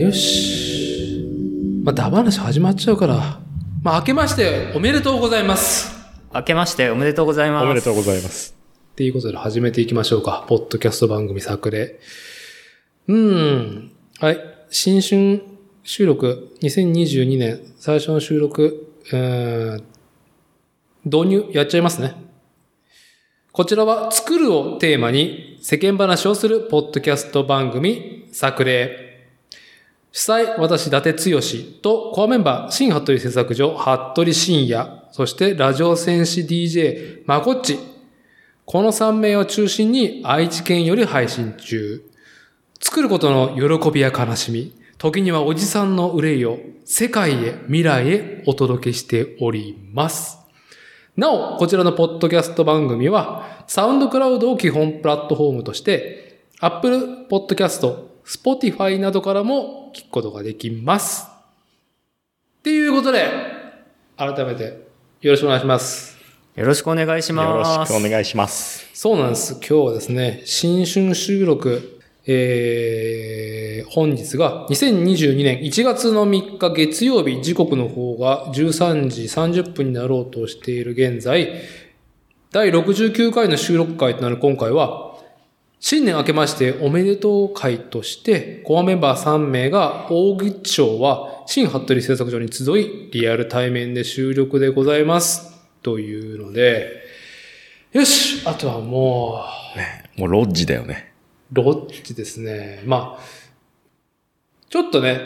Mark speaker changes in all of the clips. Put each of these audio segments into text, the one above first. Speaker 1: よし。まあ、ダバ話始まっちゃうから。まあ、明けましておめでとうございます。
Speaker 2: 明けましておめでとうございます。
Speaker 3: おめでとうございます。
Speaker 1: っていうことで始めていきましょうか。ポッドキャスト番組作例。うーん。はい。新春収録、2022年最初の収録、うーん導入やっちゃいますね。こちらは作るをテーマに世間話をするポッドキャスト番組作例。主催、私、伊達剛と、コアメンバー、新服部製作所、服部慎也、そして、ラジオ戦士 DJ、まこっち、この3名を中心に愛知県より配信中。作ることの喜びや悲しみ、時にはおじさんの憂いを世界へ、未来へお届けしております。なお、こちらのポッドキャスト番組は、サウンドクラウドを基本プラットフォームとして、Apple Podcast、Spotify などからも聞くことができます。っていうことで、改めてよろしくお願いします。
Speaker 2: よろしくお願いし
Speaker 3: よろ
Speaker 2: ま
Speaker 3: し
Speaker 2: す。
Speaker 3: くお願いします。
Speaker 1: そうなんです。今日はですね、新春収録、えー、本日が2022年1月の3日月曜日、時刻の方が13時30分になろうとしている現在、第69回の収録回となる今回は、新年明けましておめでとう会として、コアメンバー3名が、大口賞は、新服部製作所に集い、リアル対面で収録でございます。というので、よしあとはも
Speaker 3: もうロッジだよね。
Speaker 1: う、ロッチですね。まあ、ちょっとね、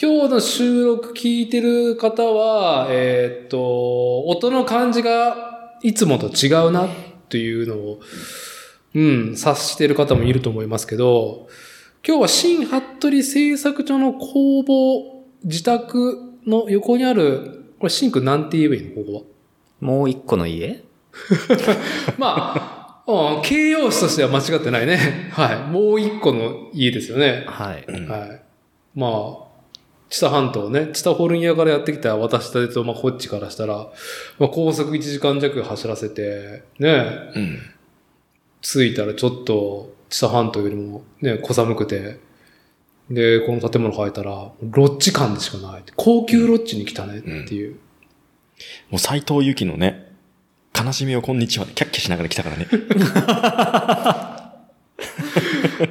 Speaker 1: 今日の収録聞いてる方は、えーっと、音の感じがいつもと違うなっていうのを、うん、察してる方もいると思いますけど、今日は新服部製作所の工房、自宅の横にある、これ、シンクなんて言えばいいのここは。
Speaker 2: もう一個の家
Speaker 1: まあ、うん形容詞としては間違ってないね。 はい。もう一個の家ですよね。
Speaker 2: はい。
Speaker 1: はい。まあ、知多半島ね、知多ホルニアからやってきた私たちと、まあ、こっちからしたら、まあ、高速1時間弱走らせて、ね、
Speaker 3: うん。
Speaker 1: 着いたらちょっと、知多半島よりもね、小寒くて、で、この建物入ったら、ロッジ感でしかない。高級ロッジに来たねっていう。
Speaker 3: もう斎藤由貴のね、悲しみをこんにちはでキャッキャしながら来たから ね。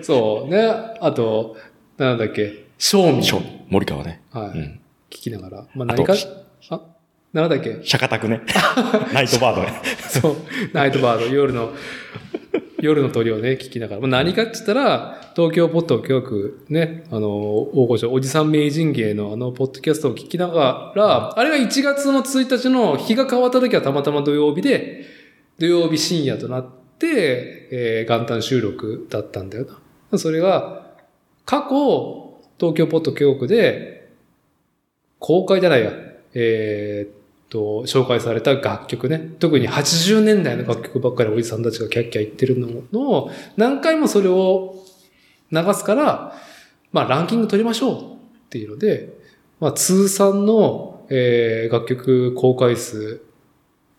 Speaker 1: そうね。あと、なんだっけ、正味。
Speaker 3: そう森川ね。
Speaker 1: はい。
Speaker 3: うん。
Speaker 1: 聞きながら。まあ、
Speaker 3: あと
Speaker 1: 何か、あ、なんだっけ
Speaker 3: 釈迦拓 ね。ナイトバードね。
Speaker 1: そう、ナイトバード、夜の、夜の鳥をね、聞きながら。まあ、何かって言ったら、東京ポッド教育ね、あの、大御所、おじさん名人芸のあの、ポッドキャストを聞きながら、あれが1月の1日の日が変わった時はたまたま土曜日で、土曜日深夜となって、えー元旦収録だったんだよな。それが、過去、東京ポッド教育で、公開じゃないや、えーっと、紹介された楽曲ね。特に80年代の楽曲ばっかりおじさんたちがキャッキャ言ってるのの、何回もそれを流すから、まあランキング取りましょうっていうので、まあ通算の、えー楽曲公開数、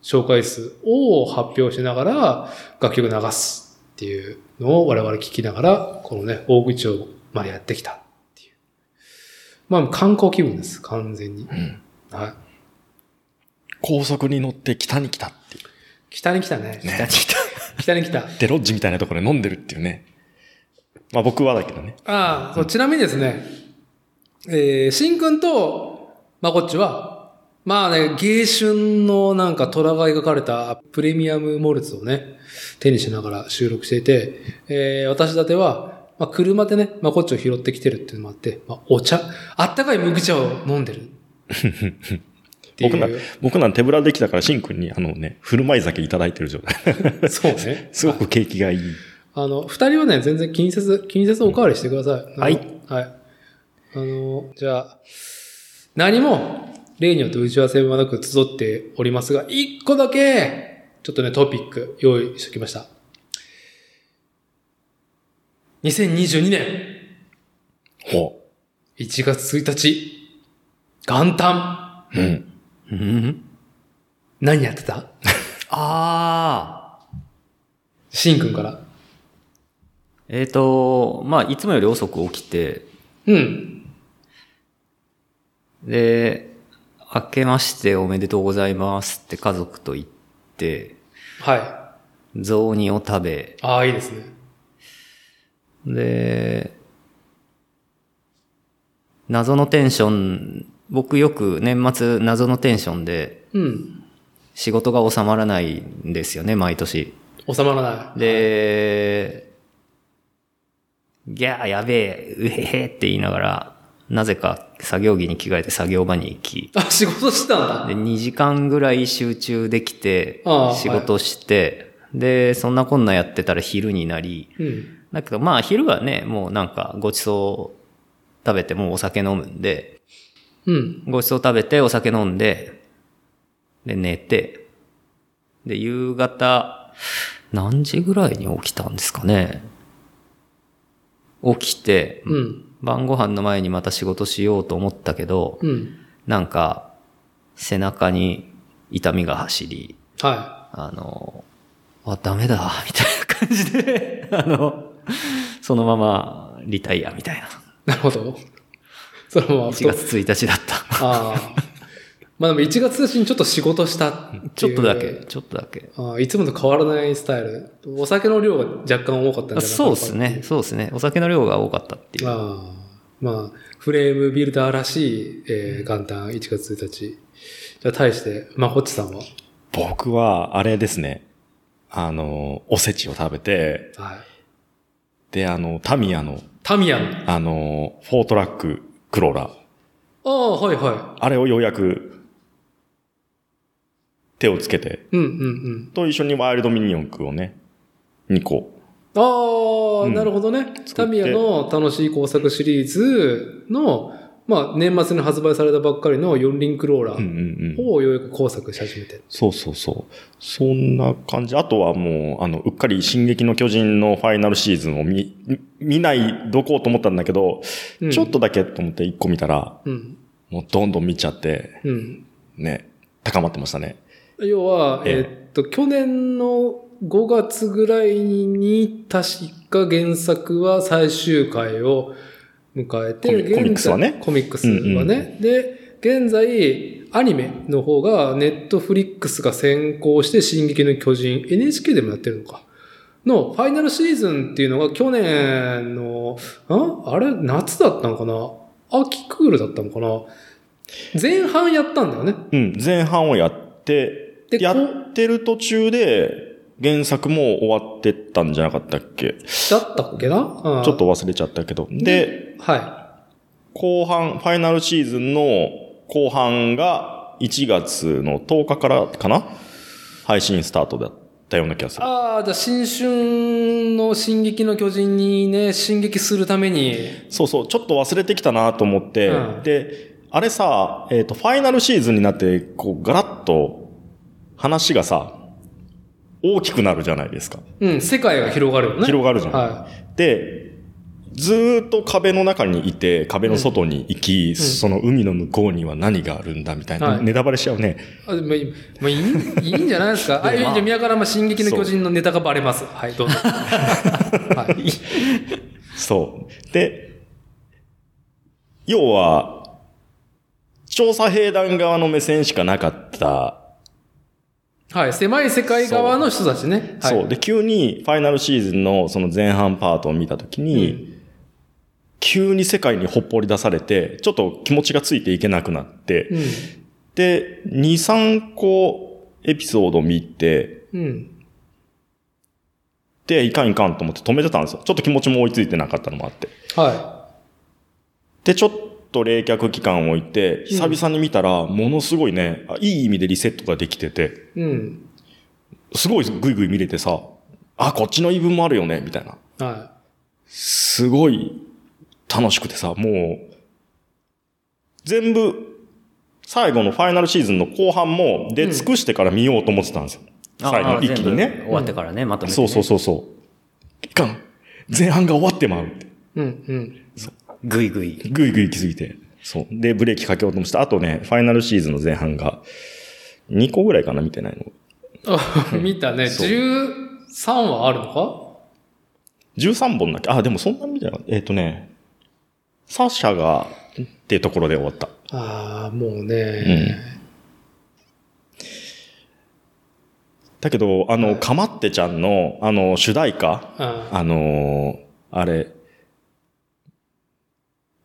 Speaker 1: 紹介数を発表しながら楽曲流すっていうのを我々聞きながら、このね、大口をまでやってきたっていう。まあ観光気分です、完全に。
Speaker 3: ん
Speaker 1: はい。
Speaker 3: 高速に乗って北に来たっていう。
Speaker 1: 北に来たね。
Speaker 3: 北に来た。
Speaker 1: 北に来た。
Speaker 3: で、ロッジみたいなところで飲んでるっていうね。まあ僕はだけどね。
Speaker 1: ああ、そう、ちなみにですね、えー、しんくんと、まこっちは、まあね、芸春のなんか虎が描かれたプレミアムモルツをね、手にしながら収録していて、えー、私だては、まあ、車でね、まこっちを拾ってきてるっていうのもあって、まあ、お茶、あったかい麦茶を飲んでる。って
Speaker 3: 僕なん
Speaker 1: いう、
Speaker 3: 僕なん手ぶらできたからシンくんにあのね、振る舞い酒いただいてる状態。
Speaker 1: そうね。
Speaker 3: すごく景気がいい。
Speaker 1: あの、二人はね、全然気にせず、気にせずおかわりしてください。
Speaker 2: はい
Speaker 1: あの。はい。あの、じゃあ、何も、例によって打ち合わせはなく集っておりますが、一個だけ、ちょっとね、トピック用意してきました。 2022年
Speaker 3: ほ
Speaker 1: 1月1日、元旦。
Speaker 3: う。うん。
Speaker 2: うん。
Speaker 1: 何やってた
Speaker 2: ああ。
Speaker 1: シンくんから。
Speaker 2: えっ、と、まあ、いつもより遅く起きて、
Speaker 1: うん。
Speaker 2: で、明けましておめでとうございますって家族と言って、
Speaker 1: はい。
Speaker 2: 雑煮を食べ、
Speaker 1: ああ、いいですね。
Speaker 2: で、謎のテンション、僕よく年末謎のテンションで
Speaker 1: うん。
Speaker 2: 仕事が収まらないんですよね、毎年。
Speaker 1: 収まらない。
Speaker 2: で、ギャーやべえ、うへへって言いながら、なぜか作業着に着替えて作業場に行き、
Speaker 1: あ、仕事してたんだ。
Speaker 2: で、2時間ぐらい集中できて
Speaker 1: ああ、
Speaker 2: 仕事して、で、そんなこんなやってたら昼になり、
Speaker 1: うん。
Speaker 2: だけどまあ昼はね、もうなんかごちそう食べてもうお酒飲むんで、
Speaker 1: うん。
Speaker 2: ごちそう食べてお酒飲んで、で寝て、で夕方、何時ぐらいに起きたんですかね。起きて、
Speaker 1: うん。
Speaker 2: 晩ご飯の前にまた仕事しようと思ったけど、
Speaker 1: うん。
Speaker 2: なんか背中に痛みが走り、
Speaker 1: は
Speaker 2: あの、あ、ダメだ、みたいな感じで、 あの、そのままリタイアみたいな。
Speaker 1: い。なるほど。 そのまま
Speaker 2: 1月1日だった。
Speaker 1: ああ。まあでも1月1日にちょっと仕事したっていう
Speaker 2: ちょっとだけ、。ちょっとだけ。
Speaker 1: ああいつもと変わらないスタイル。お酒の量が若干多かったんじゃな
Speaker 2: あ
Speaker 1: い
Speaker 2: そうですね、そうですね。お酒の量が多かったっていう。
Speaker 1: ああ。まあ、フレームビルダーらしい、えー、元旦1月1日。じゃあ対して、まあ、ホッチさんは。
Speaker 3: 僕は、あれですね。あの、おせちを食べて、
Speaker 1: はい。
Speaker 3: で、あの、タミヤの、
Speaker 1: タミヤン。
Speaker 3: あの、フォートラッククローラー。
Speaker 1: ああ、はいは
Speaker 3: あれをようやく、手をつけて、
Speaker 1: い。うんうんうん。
Speaker 3: と一緒にワイルドミニオンクをね、2個。
Speaker 1: ああ、
Speaker 3: うん
Speaker 1: なるほどね。
Speaker 3: って
Speaker 1: タミヤの楽しい工作シリーズの、まあ、年末に発売されたばっかりの四輪クローラ
Speaker 3: うん
Speaker 1: ー
Speaker 3: うんうん。
Speaker 1: をようやく工作し始めて。
Speaker 3: そうそうそう。そんな感じ。あとはもう、あの、うっかり進撃の巨人のファイナルシーズンを見、見ないどこうと思ったんだけど、
Speaker 1: うん
Speaker 3: ちょっとだけと思って1個見たら、
Speaker 1: うん。
Speaker 3: もうどんどん見ちゃって、
Speaker 1: うん。
Speaker 3: ね、高まってましたね。
Speaker 1: 要は、
Speaker 3: ええ
Speaker 1: えーっと、去年の5月ぐらいに、確か原作は最終回を迎えて、
Speaker 3: コミ
Speaker 1: 現在
Speaker 3: コミックスはね
Speaker 1: コミックスはね。
Speaker 3: うん
Speaker 1: で、現在、アニメの方が、ネットフリックスが先行して、進撃の巨人、NHK でもやってるのか。の、ファイナルシーズンっていうのが、去年の、んあれ、夏だったのかな秋クールだったのかな前半やったんだよね。
Speaker 3: うん、前半をやって、
Speaker 1: で
Speaker 3: や
Speaker 1: こう
Speaker 3: ってる途中で、原作も終わってったんじゃなかったっけ
Speaker 1: だったっけな、うん
Speaker 3: ちょっと忘れちゃったけど。で、
Speaker 1: は
Speaker 3: 後半、ファイナルシーズンの後半が1月の10日からかな配信スタートだったような気が
Speaker 1: い。
Speaker 3: する。
Speaker 1: ああ、じゃあ新春の進撃の巨人にね、進撃するために。
Speaker 3: そうそう、ちょっと忘れてきたなと思って、
Speaker 1: うん
Speaker 3: で、あれさ、えっ、と、ファイナルシーズンになって、こう、ガラッと話がさ、大きくなるじゃないですか。
Speaker 1: うん、世界が広がるよね。
Speaker 3: 広がるじゃん
Speaker 1: は
Speaker 3: で、ずーっと壁の中にいて、壁の外に行き、その海の向こうには何があるんだみたいな、
Speaker 1: はい
Speaker 3: ネタバレしちゃうね。
Speaker 1: い。あでもいいまあいいいいんじゃない ですか。あ、い
Speaker 2: ま
Speaker 1: や
Speaker 2: あ
Speaker 1: じゃあ宮からまあ進撃の巨人のネタがバレます。はい、 どうぞ。はい。
Speaker 3: そう。で、要は、調査兵団側の目線しかなかった。
Speaker 1: はい、狭い世界側の人たちね。はい、
Speaker 3: そう。で、急にファイナルシーズンのその前半パートを見たときに、急に世界にほっぽり出されて、ちょっと気持ちがついていけなくなって、
Speaker 1: う
Speaker 3: で、2、3個エピソード見て、
Speaker 1: ん。うん。
Speaker 3: で、いかんいかんと思って止めてたんですよ。ちょっと気持ちも追いついてなかったのもあって。
Speaker 1: は
Speaker 3: で、ちょっと冷却期間を置いて、久々に見たら、ものすごいね、あいい意味でリセットができてて、
Speaker 1: い。うん。
Speaker 3: すごいグイグイ見れてさ、あ、こっちの言い分もあるよね、みたいな。
Speaker 1: は
Speaker 3: すごい楽しくてさ、もう、全部、最後のファイナルシーズンの後半も出尽くしてから見ようと思ってたんですよ。
Speaker 2: あ
Speaker 3: 最後
Speaker 2: あ
Speaker 3: 一気に
Speaker 2: 全部
Speaker 3: ね。
Speaker 2: 終わってからね、まとめて、
Speaker 3: そ
Speaker 2: ね。
Speaker 3: うそうそうそう。いかん。前半が終わってまうって。
Speaker 1: うん、うん。
Speaker 2: ぐいぐい。
Speaker 3: ぐいぐい行きすぎて。そう。で、ブレーキかけようともした。あとね、ファイナルシーズンの前半が、2個ぐらいかな、見てないの。
Speaker 1: あ、 見たね。
Speaker 3: そう
Speaker 1: 13はあるのか
Speaker 3: 13本だっけあ、でもそんな見てなかった。えっ、とね、サッシャが、っていうところで終わった。
Speaker 1: ああ、もうね、
Speaker 3: だけど、あの、かまってちゃんの、あの、主題歌、
Speaker 1: あ
Speaker 3: あのーあれ、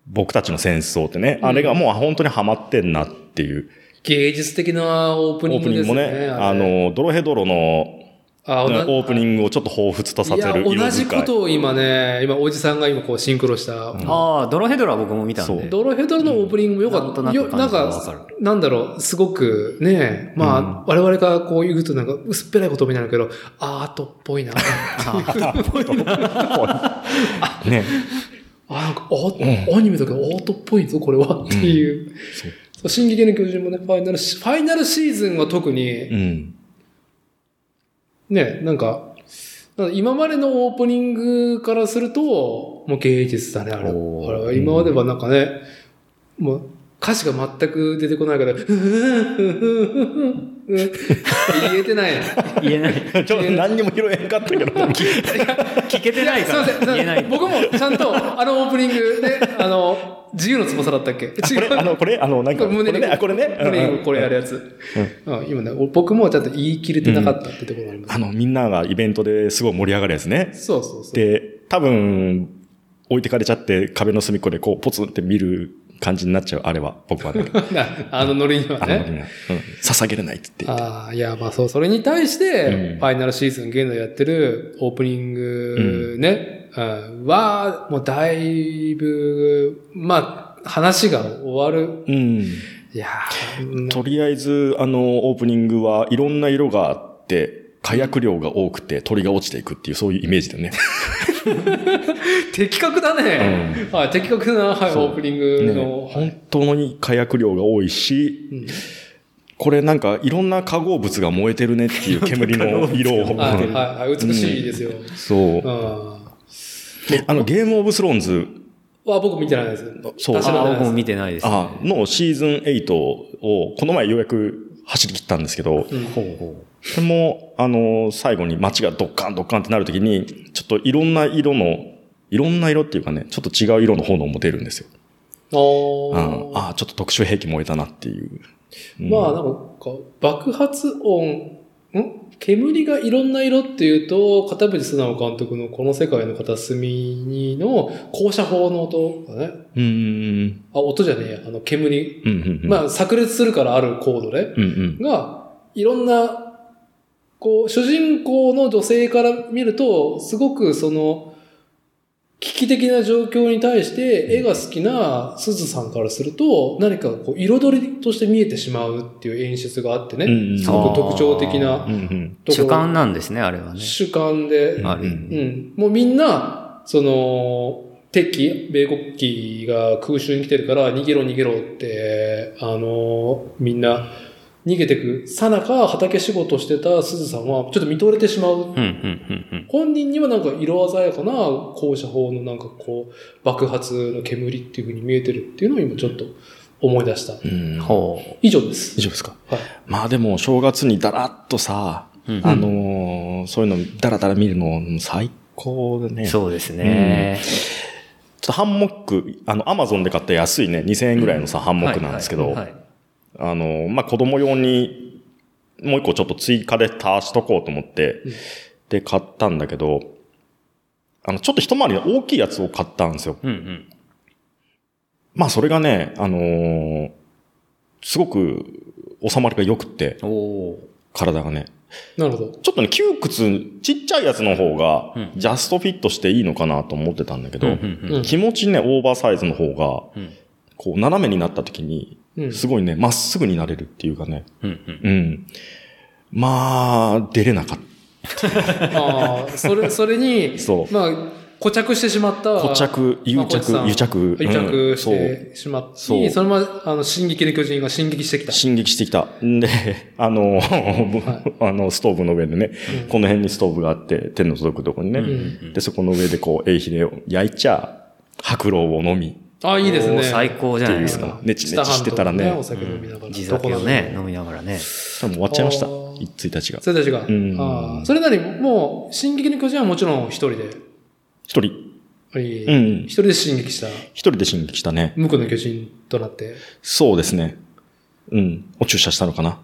Speaker 3: 僕たちの戦争ってね、
Speaker 1: うん
Speaker 3: あれがもう本当にハマってんなっていう、
Speaker 1: 芸術的なオープ
Speaker 3: オ
Speaker 1: ニン
Speaker 3: ープ
Speaker 1: グ
Speaker 3: ニン
Speaker 1: です
Speaker 3: グも
Speaker 1: ね。
Speaker 3: ね、あ
Speaker 1: あれ、
Speaker 3: の、ドロヘドロの
Speaker 1: あ
Speaker 3: オ
Speaker 1: 同じ
Speaker 3: ープニングをちょっと彷彿とさ
Speaker 1: い
Speaker 3: せ
Speaker 1: や、
Speaker 3: る色
Speaker 1: 同
Speaker 3: 使
Speaker 1: じ
Speaker 3: い。
Speaker 1: ことを今ね、今、おじさんが今こうシンクロした。
Speaker 2: ああ、ドロヘドラ僕も見たん
Speaker 3: そう
Speaker 2: で。
Speaker 1: ドロヘドロのオープニングも良か
Speaker 2: なん
Speaker 1: った。
Speaker 2: となく
Speaker 1: よなん
Speaker 2: 感じがわ
Speaker 1: か
Speaker 2: か、
Speaker 1: なんだろう、すごくね、まあ、我々がこう言うとなんか薄っぺらいことになるけど、アートっぽいな。
Speaker 3: ね。
Speaker 1: あ、なんか、おアニメとかオートっぽいぞ、これは。っていう。
Speaker 3: そう
Speaker 1: そう、進撃の巨人もね、ファイナルシ、ファイナルシーズンは特
Speaker 3: う
Speaker 1: に、
Speaker 3: ん。
Speaker 1: ね、なんか、なんか今までのオープニングからすると、もう芸術だね、あれ。あれ
Speaker 2: おー
Speaker 1: は今まではなんかね、もう、歌詞が全く出てこないから、 ふふふふふふ言えてない。
Speaker 2: 言えない。
Speaker 3: ちょっと何にも拾えんかったけど。
Speaker 2: 聞けてないから
Speaker 1: すいません
Speaker 2: 言えない。
Speaker 1: 僕もちゃんと、あのオープニング で、あの、自由の翼だったっけ
Speaker 3: こ
Speaker 1: 違
Speaker 3: れ、
Speaker 1: う
Speaker 3: あ。の、これ、あの、なん
Speaker 1: こ
Speaker 3: か、
Speaker 1: れ
Speaker 3: これ
Speaker 1: 胸
Speaker 3: ね、
Speaker 1: に
Speaker 3: あ、これね。
Speaker 1: これ
Speaker 3: うんうん
Speaker 1: これやるやつ。うん今ね、俺僕もちゃんと言い切れてなかったってところがあります。
Speaker 3: あの、みんながイベントですごい盛り上がるやつね。
Speaker 1: そうそうそう。
Speaker 3: で、多分、置いてかれちゃって壁の隅っこでこう、ポツンって見る感じになっちゃう、あれは、僕は ね。
Speaker 1: なあのノリには
Speaker 3: あの、
Speaker 1: ね。
Speaker 3: ねうん、捧げれないって言って。
Speaker 1: ああ、いや、まあそう、それに対して、
Speaker 3: うん
Speaker 1: ファイナルシーズン現在やってるオープニングね、うんは、もうだいぶ、まあ、話が終わる。
Speaker 3: うん。
Speaker 1: いやー
Speaker 3: とりあえず、あの、オープニングはいろんな色があって、火薬量が多くて鳥が落ちていくっていう、そういうイメージだよね。
Speaker 1: 的確だね。はい、的確な、はい、
Speaker 3: そう
Speaker 1: オープニングの
Speaker 3: ね。本当に火薬量が多いし、
Speaker 1: うん
Speaker 3: これなんかいろんな化合物が燃えてるねっていう煙の色を。
Speaker 1: はい、はい、はい、美しいですよ。
Speaker 3: そう
Speaker 1: う。ん。
Speaker 3: であの、ゲームオブスローンズ
Speaker 1: は僕見てないです。
Speaker 3: そう
Speaker 1: 私
Speaker 2: あ
Speaker 1: は
Speaker 2: あ
Speaker 1: ない
Speaker 2: 僕
Speaker 1: です
Speaker 2: も見てないです。
Speaker 3: あのシーズン8を、この前ようやく走り切ったんですけど、
Speaker 1: うん
Speaker 2: ほうほ
Speaker 3: これも、あの、最後に街がドッカンドッカンってなるときに、ちょっといろんな色の、いろんな色っていうかね、ちょっと違う色の炎も出るんですよ。
Speaker 1: あ
Speaker 3: うん
Speaker 1: あ
Speaker 3: ああ、ちょっと特殊兵器燃えたなっていう。うん
Speaker 1: まあなんか爆発音、ん煙がいろんな色っていうと、片渕素直監督のこの世界の片隅にの校舎砲の音がね、
Speaker 3: うんうん
Speaker 1: あ、音じゃねえや、あの煙、
Speaker 3: うん。うんうんうん。
Speaker 1: まあ炸裂するからあるコードで、
Speaker 3: うんうん。
Speaker 1: が、いろんな、こう、主人公の女性から見ると、すごくその、危機的な状況に対して、絵が好きな鈴さんからすると、何かこう、彩りとして見えてしまうっていう演出があってね、
Speaker 3: うんうん
Speaker 1: すごく特徴的な
Speaker 3: うんうん。
Speaker 2: う。
Speaker 1: ところ
Speaker 2: 主観なんですね、あれはね。
Speaker 1: 主観で、
Speaker 2: ある意
Speaker 1: う
Speaker 2: 味。
Speaker 1: ん。もうみんな、その、敵機、米国機が空襲に来てるから、逃げろ逃げろって、あの、みんな、逃げてく。さなか、畑仕事してた鈴さんは、ちょっと見とれてしまう。
Speaker 2: うん、うん、うん、
Speaker 1: 本人にはなんか色鮮やかな校舎砲のなんかこう、爆発の煙っていう風に見えてるっていうのを今ちょっと思い出した。
Speaker 3: うん
Speaker 2: うん。ほ
Speaker 1: 以上です
Speaker 3: 以。上ですか、
Speaker 1: はい
Speaker 3: まあでも正月にだらっとさ、
Speaker 2: う。うん
Speaker 3: あのーそういうのだらだら見るの最高だね。ちょっ
Speaker 2: そうですね。
Speaker 3: とハンモック、あの、アマゾンで買った安いね、2000円ぐらいのさ、ハンモックなんですけ
Speaker 2: はい
Speaker 3: ど
Speaker 2: は、いはい
Speaker 3: あのーまあ子供用にもう一個ちょっと追加で足しとこうと思って、
Speaker 1: うん
Speaker 3: で買ったんだけど、あの、ちょっと一回りの大きいやつを買ったんですよ。
Speaker 2: うん、うん。
Speaker 3: まあそれがね、あのーすごく収まりが良くって、
Speaker 2: おお
Speaker 3: 体がね。
Speaker 1: なるほど。
Speaker 3: ちょっとね、窮屈、ちっちゃいやつの方が
Speaker 2: うん、
Speaker 3: ジャストフィットしていいのかなと思ってたんだけ
Speaker 2: ー。
Speaker 3: ど、
Speaker 1: うん
Speaker 3: 気持ちね、オーバーサイズの方が、
Speaker 2: うん、うん
Speaker 3: こう、斜めになった時に、
Speaker 1: うん。
Speaker 3: すごいね、まっすぐになれるっていうかね、
Speaker 2: うん、うん。
Speaker 3: うん。まあ、出れなかっ
Speaker 1: ああ、それ、それに
Speaker 3: た。、そ
Speaker 1: まあ、固着してしまった。
Speaker 3: 固着、癒着
Speaker 1: まあ、
Speaker 3: 癒着。
Speaker 1: 癒
Speaker 3: うん
Speaker 1: 着し
Speaker 3: そう。
Speaker 1: てしまって、
Speaker 3: そう
Speaker 1: そのまま、あの、進撃の巨人が進撃してきた。
Speaker 3: 進撃してきた。んで、 あの、あの、ストーブの上でね、この辺にストーブがあって、手の届くとこにね。で、そこの上でこう、えいひれを焼いちゃ、白老を飲み、
Speaker 1: あ、いいです
Speaker 2: おー
Speaker 1: ね。
Speaker 2: 最高じゃないですか。
Speaker 3: ねちねちしてたらね
Speaker 1: 下半島でお酒飲みながら。
Speaker 2: 地酒をね、飲みながらね。
Speaker 3: 多分終わっちゃいました。
Speaker 1: あー
Speaker 3: 1日が。
Speaker 1: それたちが。
Speaker 3: ん
Speaker 1: ああそれなりに、もう、進撃の巨人はもちろん一人で。
Speaker 3: 一人。
Speaker 1: はい
Speaker 3: うん
Speaker 1: 一人で進撃した、
Speaker 3: 一人で進撃したね。
Speaker 1: 無垢の巨人となって。
Speaker 3: そうですね。うん。お注射したのかな。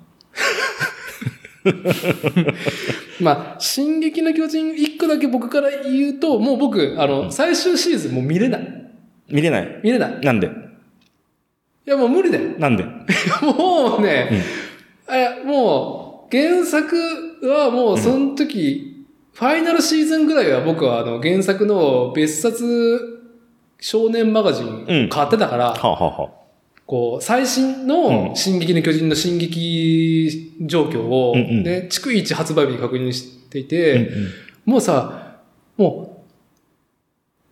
Speaker 1: まあ、進撃の巨人一個だけ僕から言うと、もう僕、あの、最終シーズンもう見れない。
Speaker 3: 見れない。
Speaker 1: 見れない。い
Speaker 3: なんで
Speaker 1: や、もう無理だよ。
Speaker 3: なんで
Speaker 1: もうね、えもう、原作はもうその時、ファイナルシーズンぐらいは僕はあの原作の別冊少年マガジ
Speaker 3: う
Speaker 1: ン
Speaker 3: ん
Speaker 1: 買ってたから、
Speaker 3: はあ、はあはあ、
Speaker 1: こう、最新
Speaker 3: う
Speaker 1: の
Speaker 3: ん
Speaker 1: 進撃の巨人の進撃状況を、
Speaker 3: うんうん
Speaker 1: ね、逐一発売日に確認してい
Speaker 3: うんう
Speaker 1: て、
Speaker 3: ん
Speaker 1: もうさ、も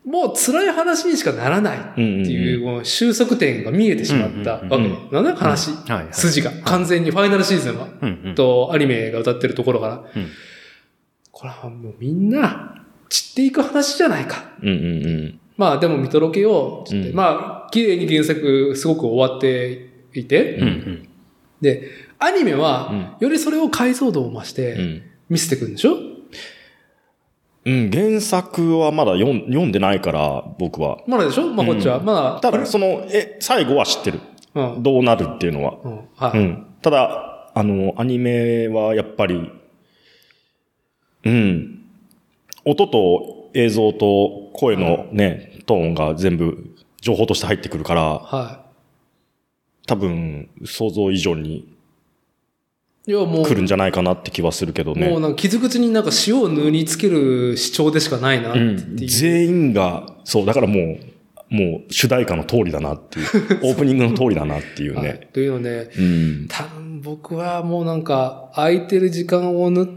Speaker 1: う、もう辛い話にしかならないっていう、もう収束点が見えてしまったわけ。
Speaker 3: うんうん
Speaker 1: なんだよ話。
Speaker 2: はいはい。
Speaker 1: 筋が、完全にファイナルシーズンは。
Speaker 2: うんうん。
Speaker 1: と、アニメが歌ってるところから。
Speaker 2: うん
Speaker 1: これはもうみんな、散っていく話じゃないか。
Speaker 3: うんうんうん。
Speaker 1: まあでも見届けようっつって、
Speaker 3: うん
Speaker 1: まあ、綺麗に原作すごく終わっていて、
Speaker 2: うんうん。
Speaker 1: で、アニメ
Speaker 3: う
Speaker 1: は、
Speaker 3: ん
Speaker 1: よりそれを解像度を増し
Speaker 3: う
Speaker 1: て、
Speaker 3: ん
Speaker 1: 見せてくるんでしょ、
Speaker 3: うん、原作はまだ読ん読んでないから、僕は。
Speaker 1: まだでしょまあこっちは。
Speaker 3: う
Speaker 1: まだ、
Speaker 3: ただ、その、え、最後は知ってる。
Speaker 1: うん。
Speaker 3: どうなるっていうのは。
Speaker 1: うん。は
Speaker 3: う
Speaker 1: い。
Speaker 3: ん。ただ、あの、アニメはやっぱり、うん。音と映像と声のね、トーンが全部情報として入ってくるから、
Speaker 1: は
Speaker 3: 多分、想像以上に
Speaker 1: い。要はもう、
Speaker 3: 来るんじゃないかなって気はするけど
Speaker 1: もう
Speaker 3: ね。
Speaker 1: なんか傷口になんか塩を塗りつける主張でしかないなっ
Speaker 3: う
Speaker 1: てい
Speaker 3: ん
Speaker 1: う。。
Speaker 3: 全員が、そう、だからもう、もう主題歌の通りだなっ ていう、オープニングの通りだなっていう
Speaker 1: は
Speaker 3: ね。
Speaker 1: い。というので、
Speaker 3: うん。
Speaker 1: 多分僕はもうなんか空いてる時間を縫っ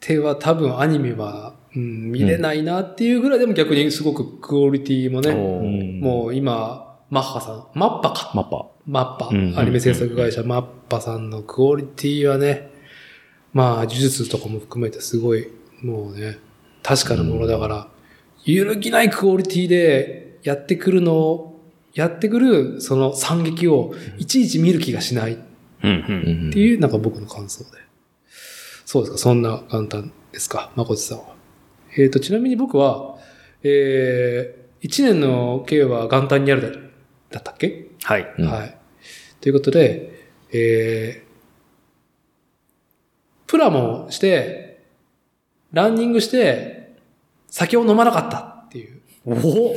Speaker 1: ては多分アニメは、うん、見れないなっていうぐらいでも逆にすごくクオリティもね、
Speaker 2: おー
Speaker 3: うん
Speaker 1: もう今、マッハさん、マッパか。
Speaker 3: マッパ。
Speaker 1: マッパ。
Speaker 3: うん
Speaker 1: アニメ制作会社マッパさんのクオリティはね、まあ、呪術とかも含めてすごい、もうね、確かなものだから、揺るぎないクオリティでやってくるのを、やってくるその惨劇をいちいち見る気がしない。
Speaker 2: うんう
Speaker 3: う
Speaker 2: ん
Speaker 1: っていう、なんか僕の感想で。そうですか、そんな簡単ですか、まこちさんは。えっ、と、ちなみに僕は、えー、1年の計は元旦にあるだだったっけ、
Speaker 2: はい。
Speaker 3: うん
Speaker 1: はい。ということで、えー、プラモして、ランニングして、酒を飲まなかったっていう。
Speaker 2: おお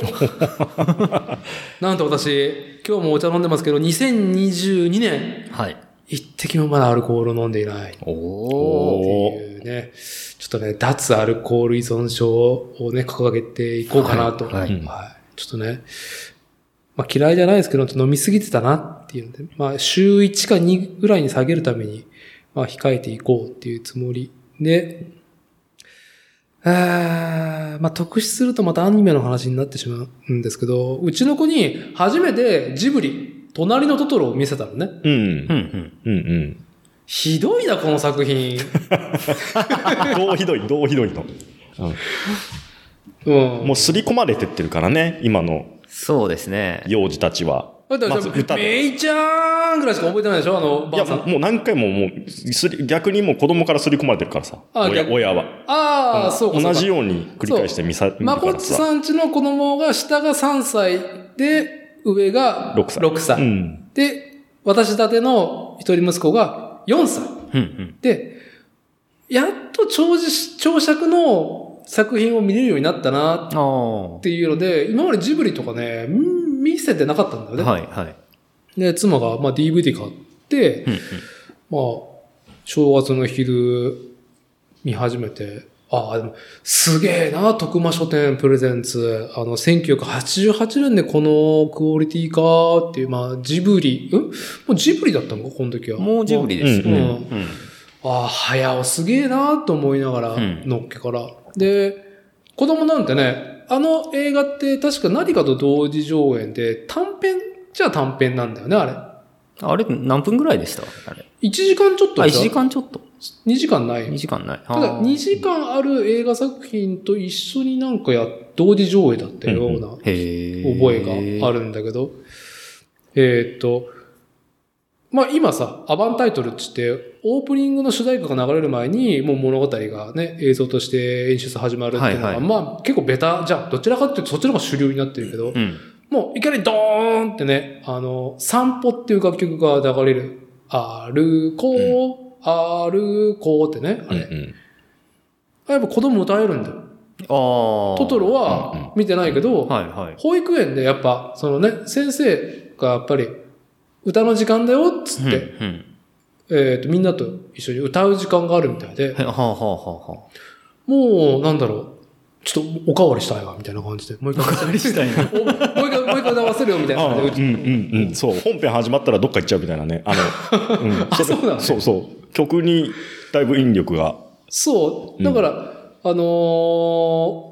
Speaker 1: なんと私、今日もお茶飲んでますけど、2022年、
Speaker 2: はい。
Speaker 1: 一滴もまだアルコールを飲んでいない。
Speaker 2: お
Speaker 1: って
Speaker 2: お
Speaker 1: いうね、ちょっとね、脱アルコール依存症をね、掲げていこうかなと。
Speaker 2: はい
Speaker 1: は
Speaker 2: はいい
Speaker 1: ちょっとね、まあ嫌いじゃないですけど、飲みすぎてたなっていうので、まあ週1か2ぐらいに下げるために、まあ控えていこうっていうつもりで、あーまあ、特視するとまたアニメの話になってしまうんですけど、うちの子に初めてジブリ、隣のトトロを見せたのね。
Speaker 3: うん
Speaker 2: うん。うん。
Speaker 3: うんうん。
Speaker 1: ひどいな、この作品。
Speaker 3: どうひどい、どうひどいの。
Speaker 1: うん。
Speaker 3: もう刷り込まれてってるからね、今の
Speaker 2: そうですね。
Speaker 3: 幼児たちは。
Speaker 1: だって、
Speaker 3: まず歌で。
Speaker 1: めいちゃーんぐらいしか覚えてないでしょあの、
Speaker 3: い
Speaker 1: ば
Speaker 3: や、
Speaker 1: あさ。
Speaker 3: もうんもう何回ももうすり、逆にもう子供から刷り込まれてるからさ。
Speaker 1: あ
Speaker 3: 親
Speaker 1: 逆
Speaker 3: 親は。
Speaker 1: ああ、そうか。
Speaker 3: 同じ
Speaker 1: よ
Speaker 3: ように繰り返して見さ、見る
Speaker 1: ま
Speaker 3: か
Speaker 1: こっ
Speaker 3: ら
Speaker 1: ち
Speaker 3: さ。
Speaker 1: さんちの子供が下が3歳で、上が
Speaker 3: 6歳。
Speaker 1: 6歳。
Speaker 3: うん。
Speaker 1: で、私だての一人息子が4歳。
Speaker 2: うんうん。
Speaker 1: で、やっと長寿長尺の作品を見れるようになったなっ
Speaker 2: ああ。は
Speaker 1: ていうので、今までジブリとかね、ん見せてなかったんだよ
Speaker 2: い
Speaker 1: ね。
Speaker 2: はい。
Speaker 1: で、妻がまあ DVD 買って、
Speaker 2: うん
Speaker 1: まあ、正月の昼見始めて、ああ、でも、すげえな、徳間書店プレゼンツ。あの、1988年でこのクオリティかっていう、まあ、ジブリ。んもうジブリだったのか、この時は。
Speaker 2: うん。もうジブリです
Speaker 1: う
Speaker 2: ね。
Speaker 1: ん。
Speaker 2: うん。
Speaker 1: ああ、早尾すげえなと思いながら、
Speaker 2: うん
Speaker 1: のっけから。で、子供なんてね、あの映画って確か何かと同時上映で、短編じゃ短編なんだよね、あれ。
Speaker 2: あれ、何分ぐらいでしたあれ。
Speaker 1: 1時間ちょっと
Speaker 2: あ、
Speaker 1: で
Speaker 2: 1
Speaker 1: しょ
Speaker 2: 時間ちょっと。
Speaker 1: 2時間ない
Speaker 2: 2時間ない。
Speaker 1: ただ
Speaker 2: あー
Speaker 1: 2時間ある映画作品と一緒になんかや、同時上映だったような
Speaker 2: へ
Speaker 1: 覚
Speaker 2: ー
Speaker 1: えがあるんだけど、えーっと、まあ今さ、アバンタイトルっつって、オープニングの主題歌が流れる前に、もう物語がね、映像として演出始まるっていうのが、
Speaker 2: はいはい
Speaker 1: まあ結構ベタじゃん。どちらかっていうとそっちの方が主流になってるけど、
Speaker 2: うん。
Speaker 1: もういきなりドーンってね、あの、散歩っていう楽曲が流れる。歩こう、歩こうってね、あれ。
Speaker 3: うん
Speaker 1: やっぱ子供歌えるんだよ。
Speaker 2: ああ。ト
Speaker 1: トトロ
Speaker 3: うんうん
Speaker 1: は見てないけど、
Speaker 2: はいはい。
Speaker 1: 保育園でやっぱ、そのね、先生がやっぱり、歌の時間だよっつって、
Speaker 2: うんうん。
Speaker 1: えっと、みんなと一緒に歌う時間があるみたいで、
Speaker 2: へはあはあはあは
Speaker 1: もう、なんだろう、ちょっとおかわりしたいわ、みたいな感じ で、もう一回、
Speaker 2: あ。りしたい
Speaker 1: おもう一回、もう一回歌わせるよ、みたいな
Speaker 3: あ
Speaker 1: 感
Speaker 3: うん
Speaker 1: じで、
Speaker 3: うんうん、そう。本編始まったらどっか行っちゃうみたいなね。あ の、うん
Speaker 1: あそうなの
Speaker 3: そうそう。曲にだいぶ引力が。
Speaker 1: そう。だから、あのー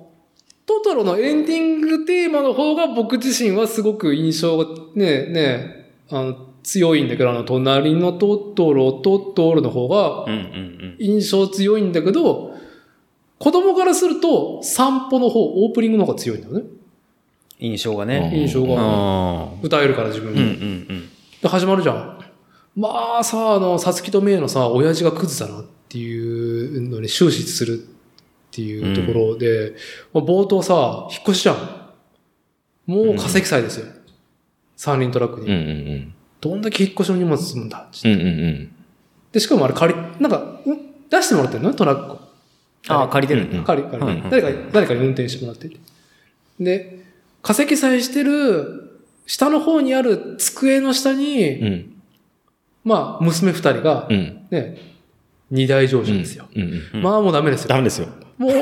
Speaker 1: トトロのエンディングテーマの方が僕自身はすごく印象がね、ね、あの、強いんだけど、あの、隣のトトロ、トトロの方が
Speaker 2: うんうんうん。
Speaker 1: 印象強いんだけど、子供からすると散歩の方、オープニングの方が強いんだよね。
Speaker 2: 印象がね。
Speaker 1: 印象
Speaker 2: あ
Speaker 1: が。
Speaker 2: あ。
Speaker 1: 歌えるから自分
Speaker 2: うんう
Speaker 1: で。
Speaker 2: ん
Speaker 1: で、始まるじゃん。まあさ、あの、さつきとめいのさ、親父がクズだなっていうのに終始するっていうところで、まあ、冒頭さ、引っ越しじゃん。もう化石祭ですよ。三輪トラック
Speaker 3: う
Speaker 1: に。
Speaker 3: ん
Speaker 1: どんだけ引っ越しの荷物積むんだっつっ
Speaker 3: う
Speaker 1: て
Speaker 3: んうん。
Speaker 1: で、しかもあれ借り、なんか、うん出してもらってるのねトラックを。
Speaker 2: ああ、借りてるんだ。
Speaker 1: 借り、借
Speaker 2: うん
Speaker 1: り
Speaker 2: う。ん
Speaker 1: 誰かに、誰かに運転してもらってて。で、化石祭してる、下の方にある机の下
Speaker 3: うんう
Speaker 1: に、
Speaker 3: ん
Speaker 1: まあ、娘二人が
Speaker 3: う、ん。
Speaker 1: ね、二大上
Speaker 3: う
Speaker 1: 司
Speaker 3: ん。
Speaker 1: ですよ。
Speaker 3: うんうん。
Speaker 2: うん
Speaker 1: まあもうダメですよ
Speaker 3: ダ。メですよ。
Speaker 1: もう、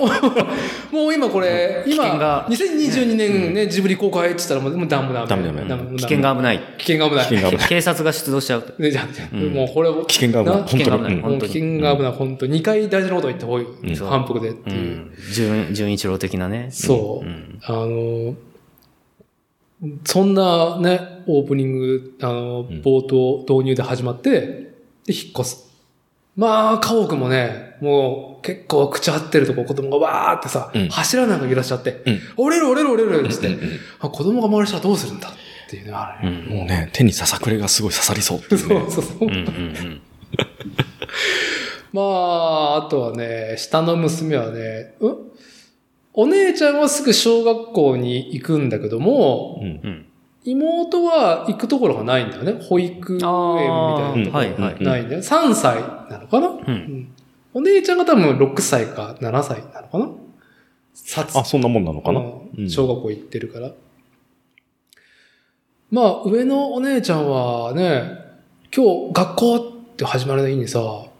Speaker 1: もう今これ、
Speaker 2: 危
Speaker 1: 今
Speaker 2: 険が、
Speaker 1: 2022年ね、ジブリ公開って言ったらもうもうダメダメ。
Speaker 3: ダメダメ
Speaker 1: もう
Speaker 2: 危険が危ない。
Speaker 1: 危険が危ない。
Speaker 3: 危険が 危ない。
Speaker 2: 警察が出動しちゃうと。
Speaker 1: ねじゃあ
Speaker 2: うん
Speaker 1: もうこれを、
Speaker 3: 危険が危ない。
Speaker 1: な
Speaker 3: 本
Speaker 1: もう
Speaker 2: 危険が危ない
Speaker 3: 当に。うん
Speaker 2: 本当
Speaker 1: 危
Speaker 2: に
Speaker 1: 険が危ない、本当二回大事なこと言った方がいい。
Speaker 2: そう
Speaker 1: 反復でって
Speaker 2: う
Speaker 1: いう。
Speaker 2: ん。純、純一郎的なね。
Speaker 1: そうう。
Speaker 2: ん。
Speaker 1: あの、そんなね、オープニング、あの、
Speaker 3: ん
Speaker 1: 冒頭導入で始まって、で、引っ越す。まあ、家屋もね、もう結構口張ってるとこ子供がわーってさ、
Speaker 3: うん
Speaker 1: 柱なんか揺らしちゃって、
Speaker 3: うん
Speaker 1: 折れる折れる折れるっつって、
Speaker 3: うんうん
Speaker 1: あ子供が回りしたらどうするんだっていうね、あ
Speaker 2: う
Speaker 1: れ。
Speaker 2: ん。
Speaker 3: もうね、手にささくれがすごい刺さりそうってい
Speaker 1: そうう
Speaker 3: ね。
Speaker 1: そうそう。
Speaker 2: うんうんうん。
Speaker 1: まあ、あとはね、下の娘はね、うんお姉ちゃんはすぐ小学校に行くんだけども、
Speaker 3: うん
Speaker 2: うん。
Speaker 1: 妹は行くところがないんだよね。保育園みたいなとこ
Speaker 2: はいはい。
Speaker 1: ないんだよ。3歳なのかな、
Speaker 2: う。
Speaker 1: うんんお姉ちゃんが多分6歳か7歳なのかなさつ
Speaker 3: あ、そんなもんなのかな。
Speaker 1: うん
Speaker 3: うん
Speaker 1: 小学校行ってるから。まあ、上のお姉ちゃんはね、今日学校って始まるの日にさ、も